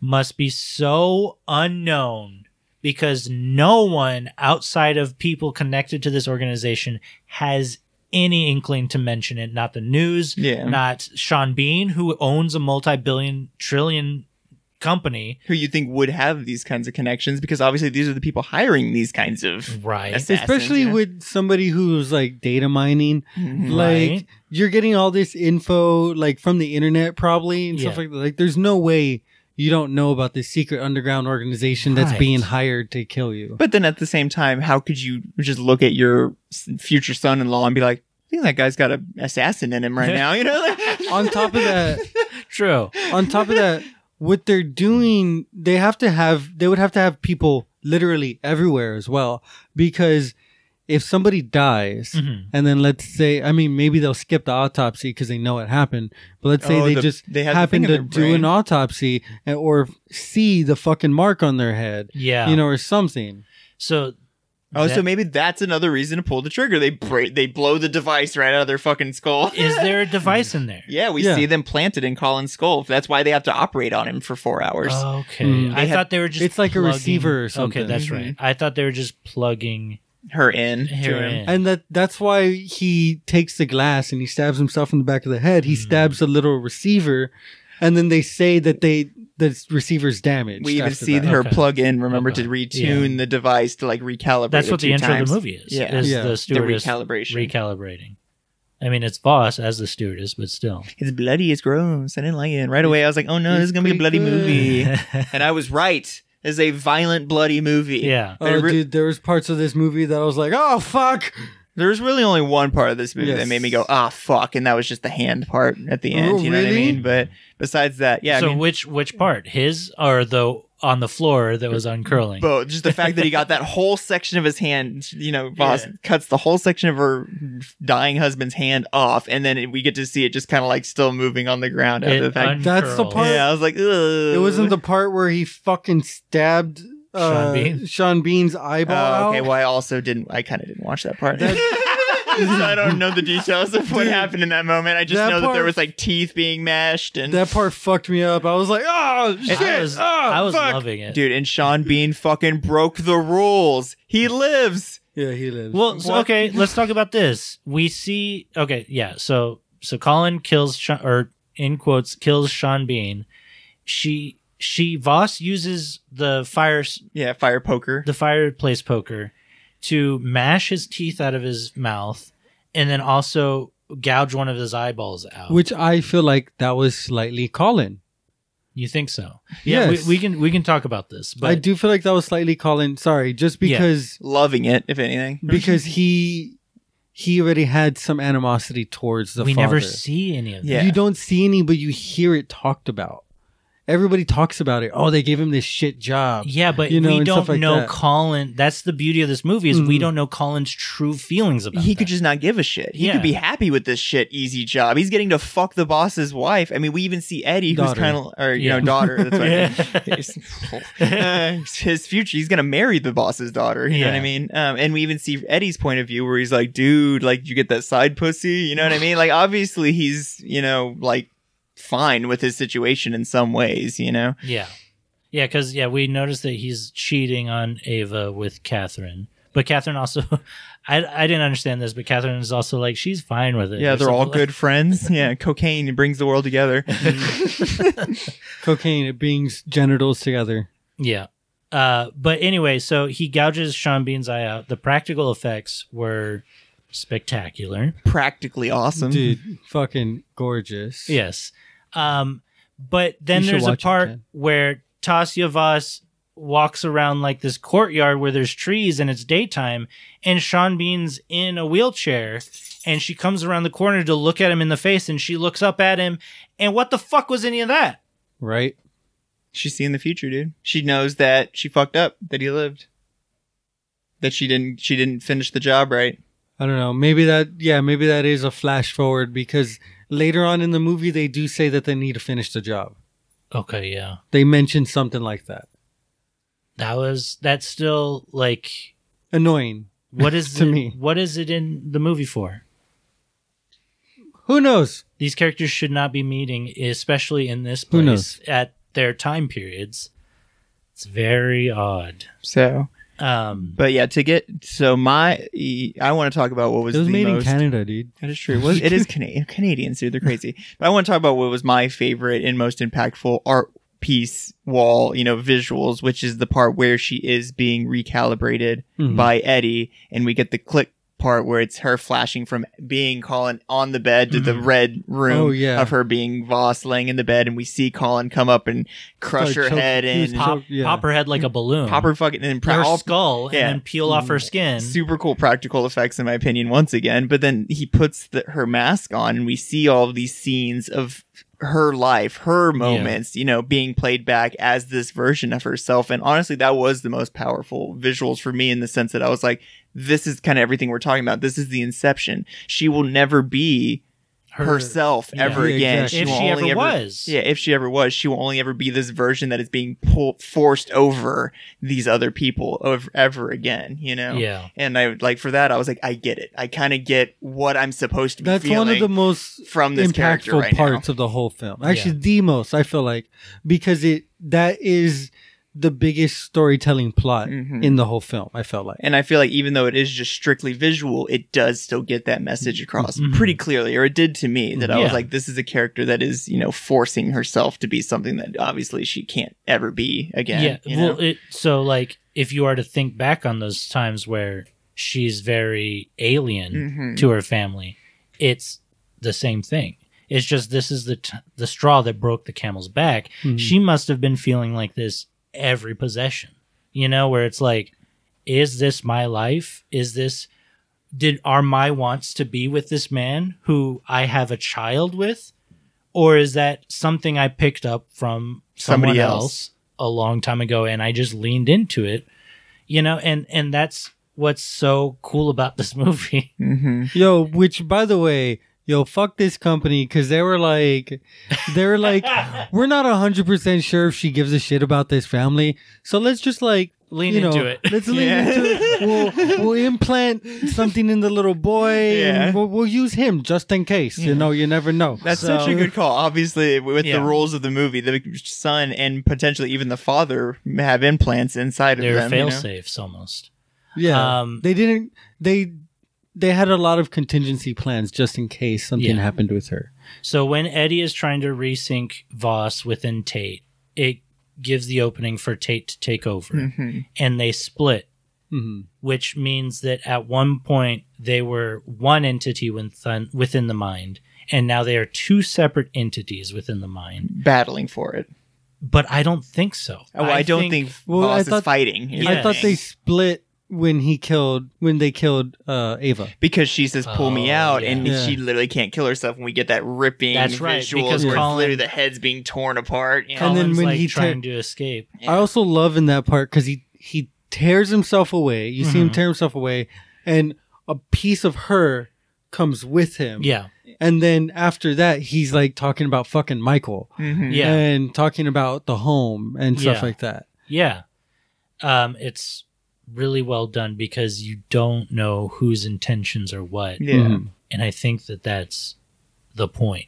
must be so unknown because no one outside of people connected to this organization has any inkling to mention it. Not the news,
Yeah.
not Sean Bean, who owns a multi billion trillion company.
who you think would have these kinds of connections because obviously these are the people hiring these kinds of
Right.
assassins,
Especially
you know?
with somebody who's like data mining,
Mm-hmm.
Mhm.
like
Right.
you're getting all this info like from the internet probably and stuff
Yeah.
like that. Like there's no way you don't know about this secret underground organization that's
Right.
being hired to kill you.
but then at the same time how could you just look at your s- future son-in-law and be like I think that guy's got an assassin in him right now, you know?
on top of that,
True.
on top of that, what they're doing, they have to have they would have to have people literally everywhere as well because if somebody dies
Mm-hmm.
Mhm.
and then let's say I mean maybe they'll skip the autopsy because they know it happened, but let's say
Oh,
they
the-
just
they had the thing
happen
in
to
their
do an
brain.
autopsy and, or see the fucking mark on their head,
Yeah.
you know, or something.
So
Oh,
That-
so maybe that's another reason to pull the trigger. They break, they blow the device right out of their fucking skull.
Is there a device in there?
yeah, we
Yeah.
see them planted in Colin's skull. That's why they have to operate on him for four hours.
Okay,
Mm.
I
They had-
thought they were just.
It's like a
plugging-
receiver or something.
Okay, that's right.
Mm-hmm.
I thought they were just plugging
her in. to
her
him.
in.
And that that's why he takes the glass and he stabs himself in the back of the head. He
Mm-hmm.
stabs a little receiver, and then they say that they the receiver's damaged.
We even
after
see
that.
her
Okay.
plug in. Remember
Okay.
to retune the device to like recalibrate.
That's
it
what the
two
intro of
times.
the movie is.
Yeah.
is
Yeah.
the
The
stewardess
recalibration.
recalibrating. I mean, it's boss as the stewardess, but still.
It's bloody. It's gross. I didn't like it. Right away, I was like, oh no, this is gonna be a bloody movie. and I was right. It's a violent, bloody movie.
Yeah.
They
Oh,
re-
dude, there was parts of this movie that I was like, "Oh fuck!"
There's really only one part of this movie that
Yes.
made me go, ah, fuck, and that was just the hand part at the end.
Oh,
you know what I
really?
mean? But besides that, yeah,
so
I mean,
which which part? His or the on the floor that was uncurling?
both. Just the fact that he got that whole section of his hand, you know, boss cuts the whole section of her dying husband's hand off, and then it- we get to see it just kind of like still moving on the ground after
It
the fact.
un-
That's the
Girl.
part.
yeah, I was like, Ugh.
It wasn't the part where he fucking stabbed uh,
Sean Bean?
Sean Bean's eyeball.
Oh, okay.
out.
Well, I also didn't. I kind of didn't watch that part. So I don't know the details of what
Dude,
happened in that moment. I just
that
know that there
part-
was like teeth being mashed and
That part fucked me up. I was like, "Oh shit!"
I was,
oh,
I was
fuck."
loving it.
Dude, and Sean Bean fucking broke the rules. He lives.
Yeah, he lives.
Well, so,
What?
okay, let's talk about this. We see, okay, yeah. So, so Colin kills Sha- or in quotes kills Sean Bean. She she Voss uses the fire s-
Yeah, fire poker.
the fireplace poker to mash his teeth out of his mouth, and then also gouge one of his eyeballs out.
Which I feel like that was slightly Colin.
you think so? Yeah,
Yes.
we, we can we can talk about this, but
I do feel like that was slightly Colin. Sorry, just
Yeah.
because
Loving it, if anything.
because he he already had some animosity towards the
we
father.
never see any of that.
Yeah.
You don't see any, but you hear it talked about. Everybody talks about it. Oh, they gave him this shit job.
Yeah, but
you know,
we
and
don't
stuff like
know
that.
Colin. That's the beauty of this movie is we
Mhm.
don't know Colin's true feelings about.
He could
that.
just not give a shit. He
Yeah.
could be happy with this shit easy job. He's getting to fuck the boss's wife. I mean, we even see Eddie,
Daughter.
who's kind of, or, you
Yeah.
know, daughter. That's what
Yeah.
I mean. Uh, His future, he's going to marry the boss's daughter. You know what
Yeah.
I mean? Um, and we even see Eddie's point of view where he's like, dude, like, you get that side pussy. You know what I mean? Like, obviously, he's, you know, like, fine with his situation in some ways, you know?
yeah, yeah, because yeah, we noticed that he's cheating on Ava with Catherine, but Catherine also, I I didn't understand this, but Catherine is also like she's fine with it.
Yeah,
or
they're all
something like-
good friends. Yeah, cocaine brings the world together.
Cocaine, it brings genitals together.
Yeah. Uh, but anyway, so he gouges Sean Bean's eye out. The practical effects were spectacular.
Practically awesome.
Dude, fucking gorgeous.
Yes. Um, but then
You should
there's a
watch it,
part
Ken.
where Tasia Voss walks around like this courtyard where there's trees and it's daytime, and Sean Bean's in a wheelchair, and she comes around the corner to look at him in the face, and she looks up at him, and what the fuck was any of that?
Right?
She's seeing the future, dude. She knows that she fucked up, that he lived. That she didn't she didn't finish the job right.
I don't know. Maybe that yeah, maybe that is a flash forward because later on in the movie they do say that they need to finish the job.
Okay, yeah,
They mention something like that.
that was that's still like
Annoying.
what is
To
it-
me.
what is it in the movie for?
Who knows?
These characters should not be meeting, especially in this
Who
place at their time periods. It's very odd.
So
Um,
but yeah, to get so my I want to talk about what was,
It was
the
made in
most-
Canada, dude.
That is true. It, was, it is Cana- Canadians, dude. They're crazy. But I want to talk about what was my favorite and most impactful art piece wall, you know, visuals, which is the part where she is being recalibrated
Mhm.
Mm-hmm.
by Eddie, and we get the click part where it's her flashing from being Colin on the bed to the red room
Mm-hmm. Oh, yeah.
of her being Voss laying in the bed, and we see Colin come up and crush
Start
her
choking-
head
Oh, he was
in. and
pop,
So, yeah.
pop her head like a balloon,
Pop her fucking and
her
all
skull,
yeah. Mm.
and then peel off her skin.
super cool practical effects in my opinion once again but then he puts the, her mask on and we see all these scenes of her life her moments you know being played back as this version of herself and honestly that was the most powerful visuals for me in the sense that i was like this is kind of everything we're talking about this is the inception she will never be
her-
herself
yeah.
ever
Yeah,
again.
exactly. If
will
she
only
ever was.
yeah, if she ever was, she will only ever be this version that is being pulled forced over these other people ever, ever again. You know,
Yeah.
And I like for that, I was like, I get it. I kind of get what I'm supposed to be.
That's one of the
feeling
most
from this character
impactful
right
parts of the whole film. Actually, the most I feel like because it that is the biggest storytelling plot
Mhm.
in the whole film. I felt like.
And I feel like even though it is just strictly visual, it does still get that message across
Mm-hmm.
Mhm.
pretty clearly, or it did to me that I was
Yeah.
like, this is a character that is, you know, forcing herself to be something that obviously she can't ever be again.
Yeah.
you
well,
know?
it, so like if you are to think back on those times where she's very alien
Mhm.
to her family, it's the same thing. It's just this is the t- the straw that broke the camel's back.
Mhm.
She must have been feeling like this every possession. You know, where it's like is this my life? Is this did are my wants to be with this man who I have a child with? Or is that something I picked up from
Somebody
someone
else.
else a long time ago and I just leaned into it? You know, and and that's what's so cool about this movie.
Mhm.
Yo, which by the way, yo, fuck this company because they were like, they were like, we're not hundred percent sure if she gives a shit about this family, so let's just like
Lean
you know,
into it.
Let's lean into it. We'll, we'll implant something in the little boy.
Yeah.
And we'll, we'll use him just in case. You know, you never know.
That's such a good call. Obviously, with the
Yeah.
rules of the movie, the son and potentially even the father have implants inside of
They're
them. you
fail
know?
safes almost.
Yeah,
Um,
they didn't. They they had a lot of contingency plans just in case something
Yeah.
happened with her.
So when Eddie is trying to resync Voss within Tate, it gives the opening for Tate to take over.
Mhm.
And they split,
Mhm.
which means that at one point they were one entity within, within the mind, and now they are two separate entities within the mind.
Battling for it.
But I don't think so.
Oh, I, don't think,
Well,
Voss
I
is
thought-
fighting. is
I
Yes.
the
thought
thing.
they split when he killed when they killed uh, Ava.
because she says pull me
Oh,
out
yeah.
and
Yeah.
she literally can't kill herself and we get that ripping
That's right,
visuals
because
where it's
Colin-
literally the head's being torn apart you know?
And
and
then
then
when
like
he tur-
trying to escape,
Yeah.
I also love in that part because he he tears himself away. You see him
Mhm.
tear himself away, and a piece of her comes with him.
yeah,
And then after that, he's like talking about fucking Michael.
Mhm.
yeah.
And talking about the home and stuff
Yeah.
like that.
Yeah. Um, it's really well done because you don't know whose intentions are what.
yeah
Mhm.
And I think that that's the point.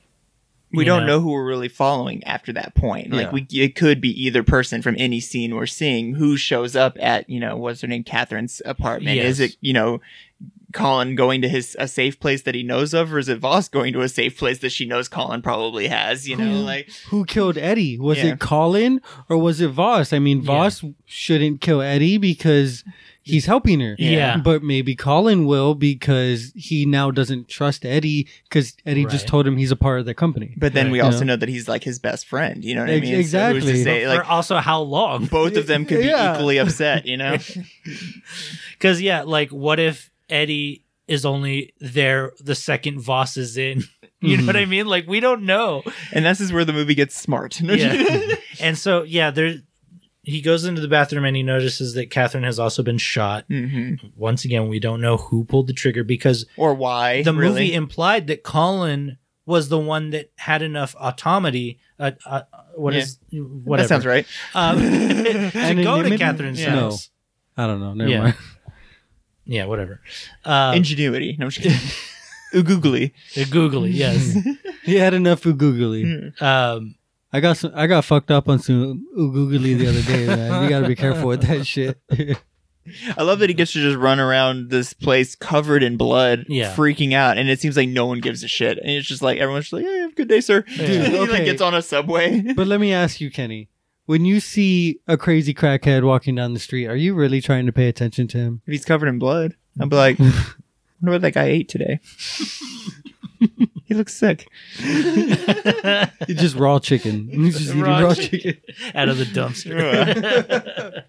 we
You
don't
know.
know who we're really following after that point
Yeah.
like we it could be either person from any scene we're seeing who shows up at you know what's her name catherine's apartment is
Yes.
it you know colin going to his a safe place that he knows of or is it voss going to a safe place that she knows colin probably has you know
Who-
like
Who killed Eddie? Was
Yeah.
it Colin or was it Voss? I mean,
Yeah.
Voss shouldn't kill Eddie because he's helping her.
Yeah.
But maybe Colin will because he now doesn't trust Eddie because Eddie just
Right.
told him he's a part of the company.
but then we
Right.
also
Yeah.
know that he's like his best friend you know what i
Ex-
mean So who's to
exactly.
say, like
or also how long?
both of them could be
Yeah.
equally upset, you know?
Because yeah, like what if Eddie is only there the second Voss is in? You know what
Mm-hmm.
I mean? Like we don't know.
and this is where the movie gets smart.
Yeah. and so yeah, there he goes into the bathroom and he notices that Catherine has also been shot.
hmm
Once again, we don't know who pulled the trigger because
Or why?
the
really.
movie implied that Colin was the one that had enough autonomy. Uh, uh, what
Yeah.
is whatever?
That sounds right.
Um, to go
Anonymity?
to Catherine's
Yeah.
house.
I don't know. Never
Yeah.
mind.
Yeah, whatever. Uh,
Ingenuity. No, I'm just kidding. Ooh, googly.
the googly, uh, yes.
he had enough Ugoogly.
um,
I got some, I got fucked up on some Ugoogly the other day, man. You gotta be careful with that shit.
I love that he gets to just run around this place covered in blood,
Yeah.
freaking out, and it seems like no one gives a shit. And it's just like everyone's just like, "Yeah, have a good day, sir." he
okay.
like gets on a subway.
but let me ask you, Kenny. When you see a crazy crackhead walking down the street, are you really trying to pay attention to him?
if he's covered in blood, I'd be like, "Wonder what that guy ate today." he looks sick.
It's just raw chicken. He's just eating
Raw
raw
chicken.
chicken.
out of the dumpster.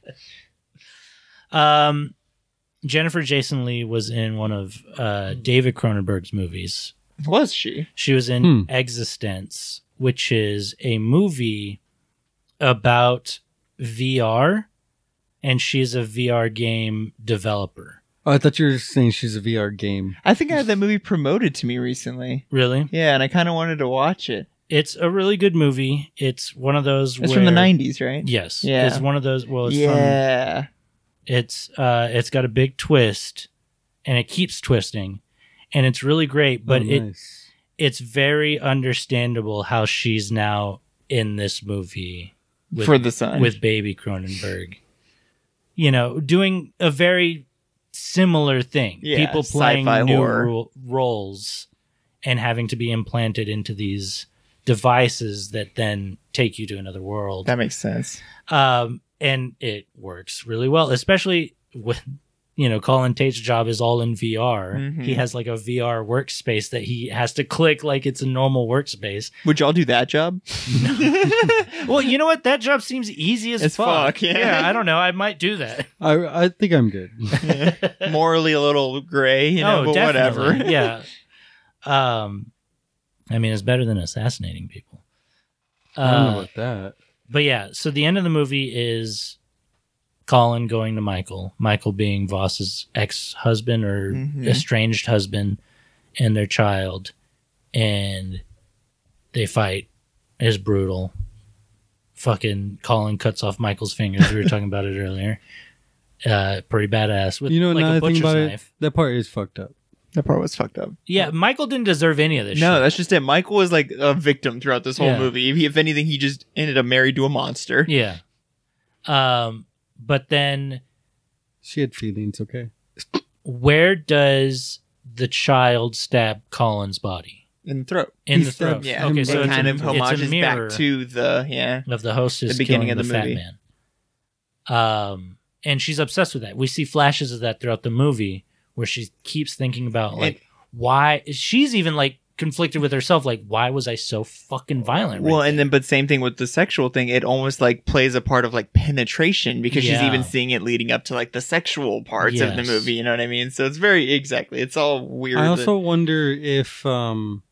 um, Jennifer Jason Lee was in one of uh, David Cronenberg's movies,
Was she?
She was in
Hmm.
Existence, which is a movie about VR, and she's a VR game developer.
Oh, I thought you were saying she's a VR game.
I think I had that movie promoted to me recently.
Really?
Yeah, and I kind of wanted to watch it.
It's a really good movie. It's one of those.
It's
where,
from the '90s, right?
Yes.
Yeah.
It's one of those. Well, it's from.
yeah.
It's uh, it's got a big twist, and it keeps twisting, and it's really great. But
Oh,
it
nice.
it's very understandable how she's now in this movie with,
For the son.
with baby Cronenberg. You know, doing a very similar thing.
Yeah,
People playing
sci-fi
new
horror.
ro- roles and having to be implanted into these devices that then take you to another world.
that makes sense.
Um, and it works really well, especially when you know Colin Tate's job is all in VR.
Mhm.
He has like a VR workspace that he has to click like it's a normal workspace.
Would y'all do that job?
Well, you know what? That job seems easy as,
As fuck, yeah.
I don't know. I might do that.
I I think I'm good.
Morally a little gray, you know, but whatever.
Oh, definitely. yeah. Um, I mean, it's better than assassinating people.
I don't know
Uh,
about that.
but yeah, so the end of the movie is Colin going to Michael, Michael being Voss's ex husband or
Mm-hmm.
Mhm.
estranged husband and their child, and they fight. It's brutal. Fucking Colin cuts off Michael's fingers. We were talking about it earlier. Uh, pretty badass. With
You know,
like
now
a
that I
butcher's
think about
knife.
it, that part is fucked up.
That part was fucked up.
Yeah, Michael didn't deserve any of this.
No,
shit.
that's just it. Michael was like a victim throughout this whole
Yeah.
movie. If, he- if anything, he just ended up married to a monster.
yeah. Um, but then
She had feelings, okay?
where does the child stab Colin's body
In the throat.
in
He
the throat?
stabs
Yeah.
Okay,
him
so
it
it's
kind
a-
of
it's a
homages
mirror
back to the yeah.
of the hostess
the beginning
killing
of the
fat
movie.
man. Um, and she's obsessed with that. We see flashes of that throughout the movie where she keeps thinking about like
And-
why she's even like conflicted with herself. Like, why was I so fucking violent?
well,
right
and
there?
then but same thing with the sexual thing. It almost like plays a part of like penetration because she's
Yeah.
even seeing it leading up to like the sexual parts of the
Yes.
movie. You know what I mean? So it's very exactly. It's all weird.
I
and-
also wonder if um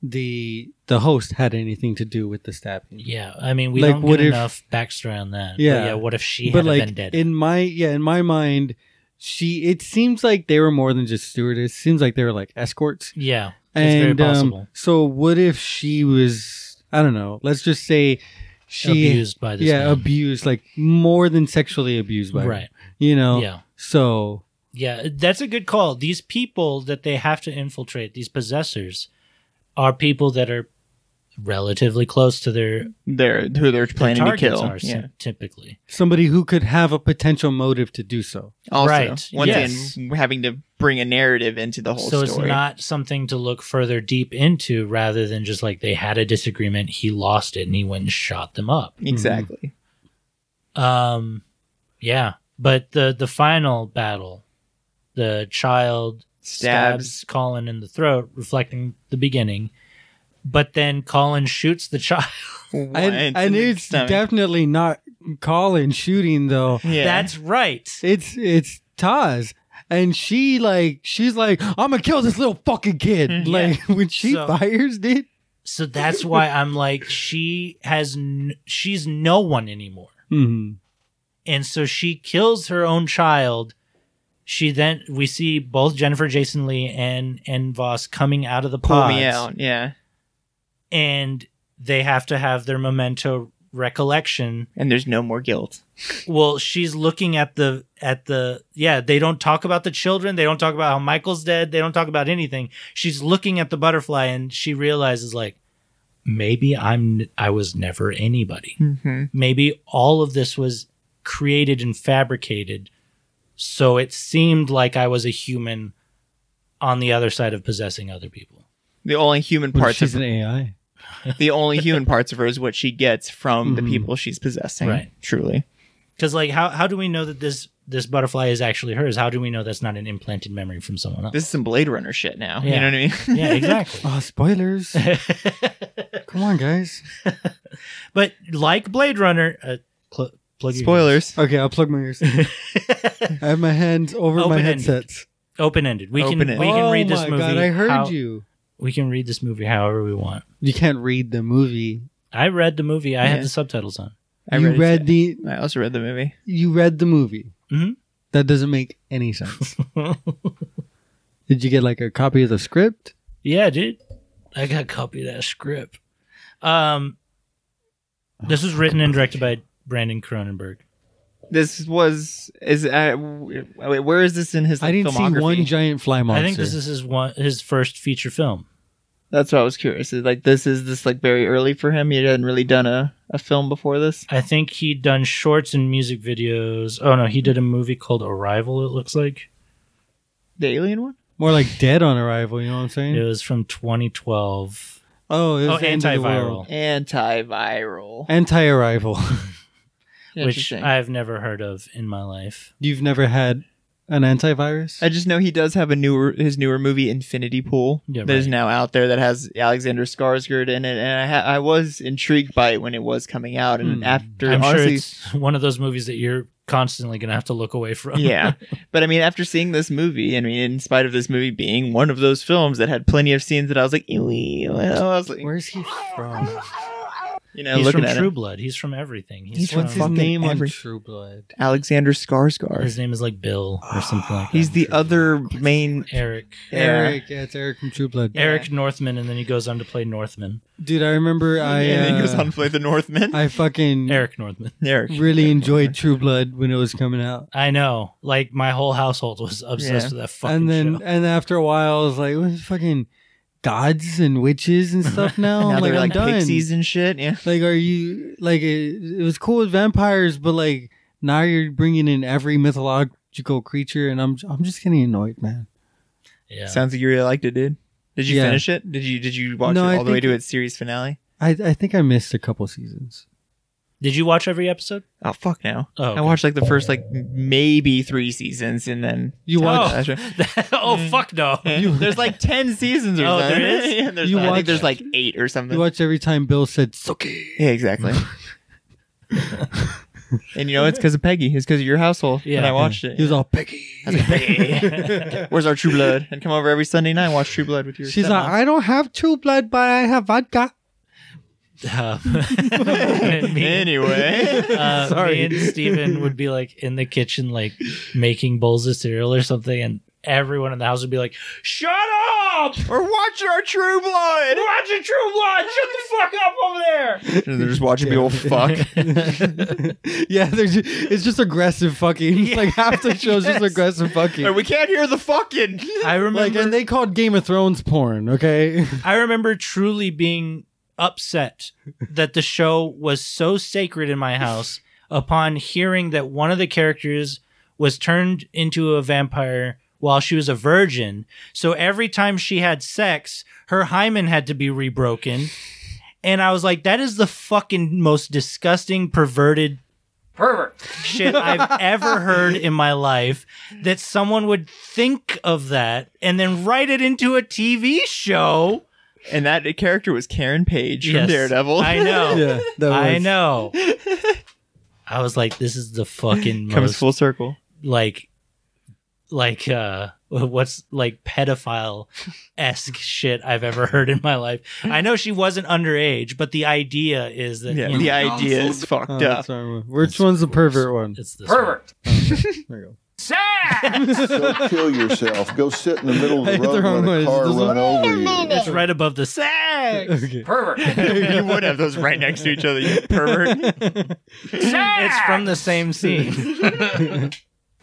the the host had anything to do with the stabbing.
yeah, I mean, we
Like,
don't
what
get
if-
enough backstory on that. But
Yeah.
yeah. What if she
but
had
like
been dead?
in my yeah, in my mind, she it seems like they were more than just stewardess. seems like they were like escorts.
yeah,
and
it's very possible.
Um, so what if she was I don't know, let's just say she
abused by this.
yeah,
man.
abused like more than sexually abused by her,
right.
you know.
Yeah.
So
Yeah, that's a good call. These people that they have to infiltrate, these possessors, are people that are relatively close to their,
they're who they're
their
planning to
targets
kill.
are
yeah.
ty- typically.
somebody who could have a potential motive to do so.
Also,
Right,
once
yes.
again, having to bring a narrative into the whole
So
story.
it's not something to look further deep into rather than just like they had a disagreement, he lost it and he went and shot them up.
exactly.
Um yeah, but the the final battle, the child
Stabs
stabs Colin in the throat, reflecting the beginning. But then Colin shoots the child.
And, and it's definitely not Colin shooting though.
yeah.
That's right.
It's it's Taz. And she like she's like, I'm gonna kill this little fucking kid. Like when she
Mm-hmm. So-
fires it.
So that's why I'm like, she has, n- she's no one anymore.
Mm-hmm.
And so she kills her own child. She then, we see both Jennifer Jason Lee and, and Voss coming out of the
pull
pods
me out. Yeah,
and they have to have their memento recollection.
and there's no more guilt.
Well, she's looking at the, at the, yeah, they don't talk about the children. They don't talk about how Michael's dead. They don't talk about anything. She's looking at the butterfly and she realizes like, maybe I'm, I was never anybody.
Mm-hmm.
maybe all of this was created and fabricated so it seemed like i was a human on the other side of possessing other people
The only human
Well,
parts
she's
of
an AI.
the only human parts of her is what she gets from the
Mhm.
people she's possessing.
Mm-hmm. Right.
Truly,
because like how, how do we know that this this butterfly is actually hers how do we know that's not an implanted memory from someone else
this is some Blade Runner shit now. You
Yeah.
know what I mean?
yeah exactly
Oh, spoilers. Come on, guys.
but like blade runner uh, cl- plug your
Spoilers.
Okay, I'll plug my ears. I have my hands over my
Open-ended.
headsets.
open-ended we can
Open-ended.
we can read this
oh my
movie
god, I heard
how-
you.
we can read this movie however we want
You can't read the movie.
i read the movie i
Yeah.
have the subtitles on
I
you
read it
read the
I also read the movie.
you read the movie.
Mhm.
That doesn't make any sense. Did you get like a copy of the script?
Yeah, dude. I got a copy of that script. Um, this was written and directed by Brandon Cronenberg.
This was is uh, w- wait, where is this in his like,
I didn't
filmography?
see one giant fly monster.
I think this is his one his first feature film.
That's what I was curious. Is like this is this like very early for him. He hadn't really done a, a film before this.
I think he'd done shorts and music videos. Oh no, he did a movie called Arrival. It looks like
The alien one.
more like dead on arrival. You know what I'm saying?
it was from 2012.
Oh, it was
Oh,
the end of the
antiviral.
world.
Antiviral.
Anti-arrival.
Which
Interesting. I,
I've never heard of in my life.
You've never had an antivirus?
just know he does have a newer his newer movie Infinity Pool
Yeah,
that is
right.
now out there that has Alexander Skarsgård in it, and I ha- I was intrigued by it when it was coming out, and
Hmm.
after
I'm
honestly,
sure it's one of those movies that you're constantly going to have to look away from.
yeah. But I mean, after seeing this movie, I mean, in spite of this movie being one of those films that had plenty of scenes that I was like, ew, ew, ew," I was like,
Where's he from?
you know,
he's from
looking at
True
it.
Blood. He's from everything. He's,
He's
from,
What's his
Fucking
name Ah.
every-
on True Blood?
Alexander Skarsgård.
his name is like Bill or something like that.
He's the other main.
Eric.
Eric. Yeah, it's Eric from True Blood.
Eric Northman, and then he goes on to play Northman.
Dude, I remember
Yeah.
I
and then he goes
uh,
on to play the Northman.
I fucking
Eric Northman.
Eric.
really enjoyed True Blood when it was coming out.
I know. Like my whole household was obsessed with
Yeah.
that fucking
and then
show.
and after a while I was like, what is fucking gods and witches and stuff now?
now
I'm like,
they're
I'm
like
done.
pixies and shit. Yeah.
Like are you like it, it was cool with vampires, but like now you're bringing in every mythological creature and I'm I'm just getting annoyed, man.
Yeah.
Sounds like you really liked it, dude. Did you
Yeah.
finish it? Did you Did you watch
No,
it
I
all the way
think-
to its series finale?
I I think I missed a couple seasons.
Did you watch every episode?
Oh fuck no!
Oh, okay.
I watched like the first like maybe three seasons, and then
You watched
That's right.
oh fuck no.
there's like ten seasons or
Oh,
something.
there is?
Yeah, there's,
You
I think
watched-
there's like eight or something.
you watched every time Bill said Suki.
yeah, exactly. and you know it's because of Peggy. It's because of your household.
Yeah.
and I watched it.
He was all picky.
I was like, Peggy, where's our True Blood? And come over every Sunday night and watch True Blood with your.
She's
stepmom.
like, I don't have true blood, but I have vodka.
Um, me,
anyway.
uh, me
Sorry.
and Steven would be like in the kitchen, like making bowls of cereal or something, and everyone in the house would be like, "Shut up!
We're watching our True Blood.
We're watching True Blood. Shut the fuck up over there."
And they're just watching me old fuck.
yeah, there's ju- it's just aggressive fucking. Like half the show's just
Yes.
aggressive fucking.
we can't hear the fucking.
I
like,
remember.
and they called Game of Thrones porn. Okay,
I remember truly being upset that the show was so sacred in my house upon hearing that one of the characters was turned into a vampire while she was a virgin. So every time she had sex, her hymen had to be rebroken. And I was like, that is the fucking most disgusting, perverted pervert shit I've ever heard in my life. That someone would think of that and then write it into a TV show.
And that character was Karen Page from
Yes,
Daredevil.
I know.
yeah, that
I
was-
know. I was like, this is the fucking
Comes
most
full circle.
like like uh what's like pedophile esque shit I've ever heard in my life. I know she wasn't underage, but the idea is that
Yeah,
you know,
the idea is fucked
Oh,
up.
that's the wrong one. Which one's the pervert one?
it's this
Pervert.
There you
Go kill yourself. Go sit in the middle of
I
the
hit
road
the wrong one.
and let a
It's
car
just
run over you.
one. It's right above the sex.
go. Okay.
you would have those right next to each other, you pervert.
It's from the same scene.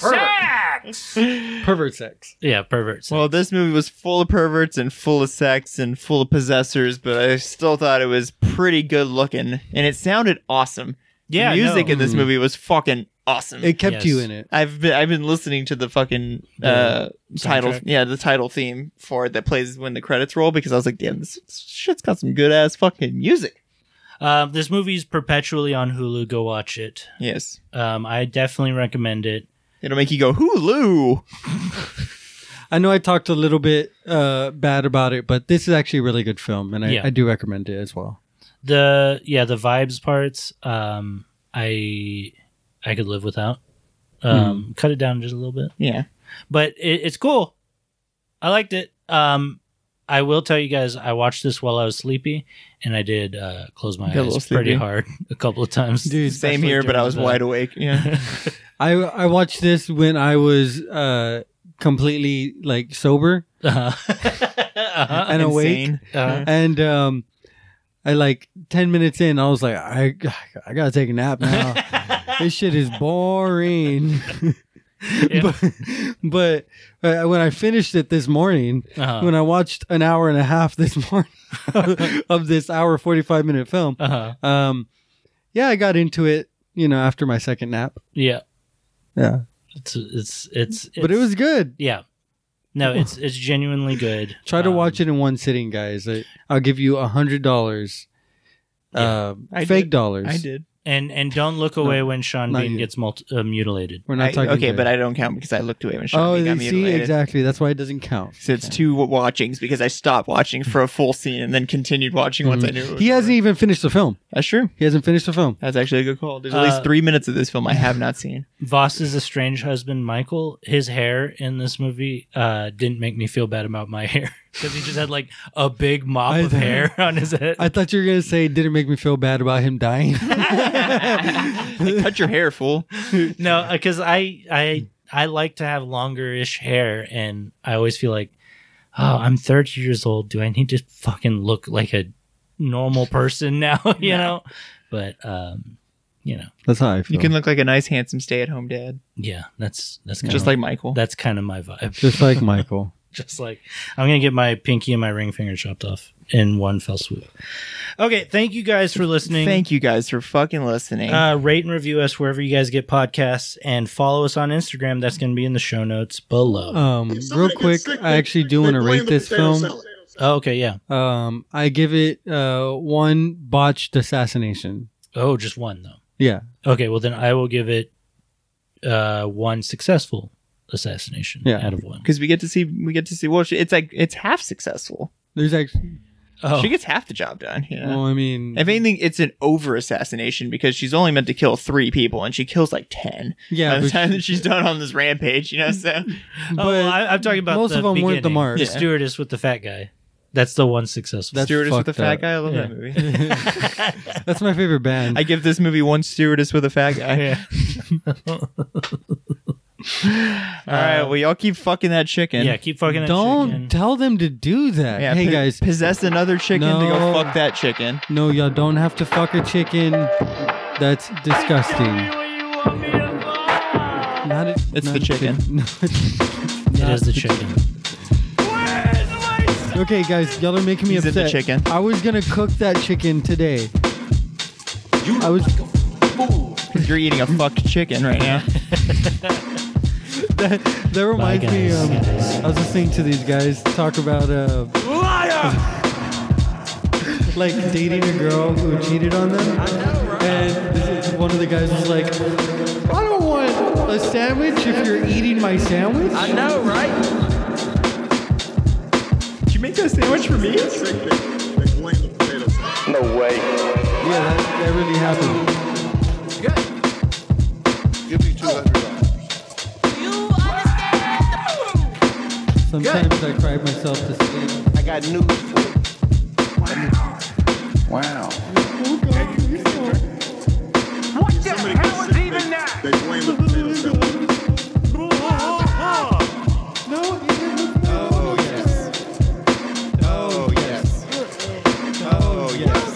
Pervert sex.
yeah, perverts.
Well, this movie was full of perverts and full of sex and full of possessors, but I still thought it was pretty good looking. And it sounded awesome.
yeah,
the music
no.
in this movie was fucking awesome.
It kept you
Yes.
in it.
I've been I've been listening to the fucking uh, title,
soundtrack?
yeah, the title theme for it that plays when the credits roll because I was like, damn, this shit's got some good ass fucking music.
Um, this movie's perpetually on Hulu. Go watch it.
Yes,
Um, I definitely recommend it.
it'll make you go Hulu.
I know I talked a little bit uh, bad about it, but this is actually a really good film, and I,
Yeah.
I do recommend it as well.
the yeah the vibes parts um i i could live without
Hmm.
um cut it down just a little bit
Yeah,
but it, it's cool i liked it um i will tell you guys i watched this while i was sleepy and i did uh close my
Got a little
eyes pretty
sleepy.
hard a couple of times
Dude,
same here, but I was wide awake. Yeah,
I I watched this when I was uh completely like sober and awake,
Insane.
Uh-huh.
and um, I like ten minutes in, I was like, I I gotta take a nap now. this shit is boring.
Yeah.
But, but uh, when I finished it this morning,
Uh-huh.
when I watched an hour and a half this morning of this hour forty five minute film,
Uh-huh.
um, yeah, I got into it. You know, after my second nap.
Yeah.
Yeah,
It's, it's it's it's
but it was good.
yeah. No, it's it's genuinely good.
Try to
Um,
watch it in one sitting, guys. I, I'll give you a hundred dollars.
I
uh, fake
did.
dollars.
I did.
and and don't look away when Sean
not
Bean
you.
gets multi- uh, mutilated.
We're not
I-
talking.
okay,
good.
but I don't count because I looked away when Sean
oh,
Bean
they
got
see
mutilated.
exactly. That's why it doesn't count.
So it's two watchings because I stopped watching for a full scene and then continued watching once I knew. It was
He hasn't
over.
even finished the film.
That's true.
He hasn't finished the film.
That's actually a good call. There's at
Uh,
least three minutes of this film I have not seen.
Voss's estranged husband Michael, his hair in this movie uh, didn't make me feel bad about my hair because he just had like a big mop
I
of
thought-
hair on his head.
I thought you were gonna say it didn't make me feel bad about him dying.
Cut your hair, fool.
no, because I I I like to have longer-ish hair, and I always feel like, oh, I'm 30 years old. Do I need to fucking look like a normal person now? you know, but um, you know,
That's how I feel.
You can look like a nice, handsome stay-at-home dad,
yeah, that's that's kind
just
of,
like Michael.
that's kind of my vibe.
just like Michael.
just like I'm gonna get my pinky and my ring finger chopped off in one fell swoop. Okay, thank you guys for listening.
Thank you guys for fucking listening.
Uh, rate and review us wherever you guys get podcasts, and follow us on Instagram. That's gonna be in the show notes below.
Um, real quick, I actually do want to rate this film.
oh, okay, yeah.
Um, I give it uh one botched assassination.
Oh, just one though.
Yeah,
Okay, well then I will give it uh, one successful assassination
Yeah.
out of one.
because we get to see we get to see well she, it's like it's half successful
there's actually.
Oh,
she gets half the job done you know?
Well, I mean,
if anything it's an over assassination because she's only meant to kill three people and she kills like 10
yeah,
by the
but
time that she's done on this rampage you know so
oh, well, I, I'm talking about
most
the
of them weren't the
beginning.
mark.
The
Yeah.
stewardess with the fat guy. That's the one successful.
That's
stewardess with a
fucked
fat
up.
guy i love that movie
that's my favorite band.
i give this movie one stewardess with a fat guy all right well y'all keep fucking that chicken
yeah, keep fucking. that
Don't
chicken.
tell them to do that.
Yeah,
hey
po-
guys,
possess another chicken to go
No.
fuck that chicken
no, y'all don't have to fuck a chicken. That's disgusting. Not a,
It's
not
the
a
chicken.
chick- no, it's-
It is the chicken.
okay, guys, y'all are making me
He's in the
upset.
chicken.
I was gonna cook that chicken today. I was
you're eating a fucked chicken right now
that, that reminds me.
guys.
Um, I was listening to these guys talk about uh, like dating a girl who cheated on them. And this is- one of the guys was like, I don't want a sandwich if you're eating my sandwich.
did you make that sandwich for me
No way.
Yeah, that, that really happened.
Give me two hundred dollars.
Sometimes I cried myself to sleep.
I got news for you.
Wow.
Oh yes. Oh yes. Oh yes.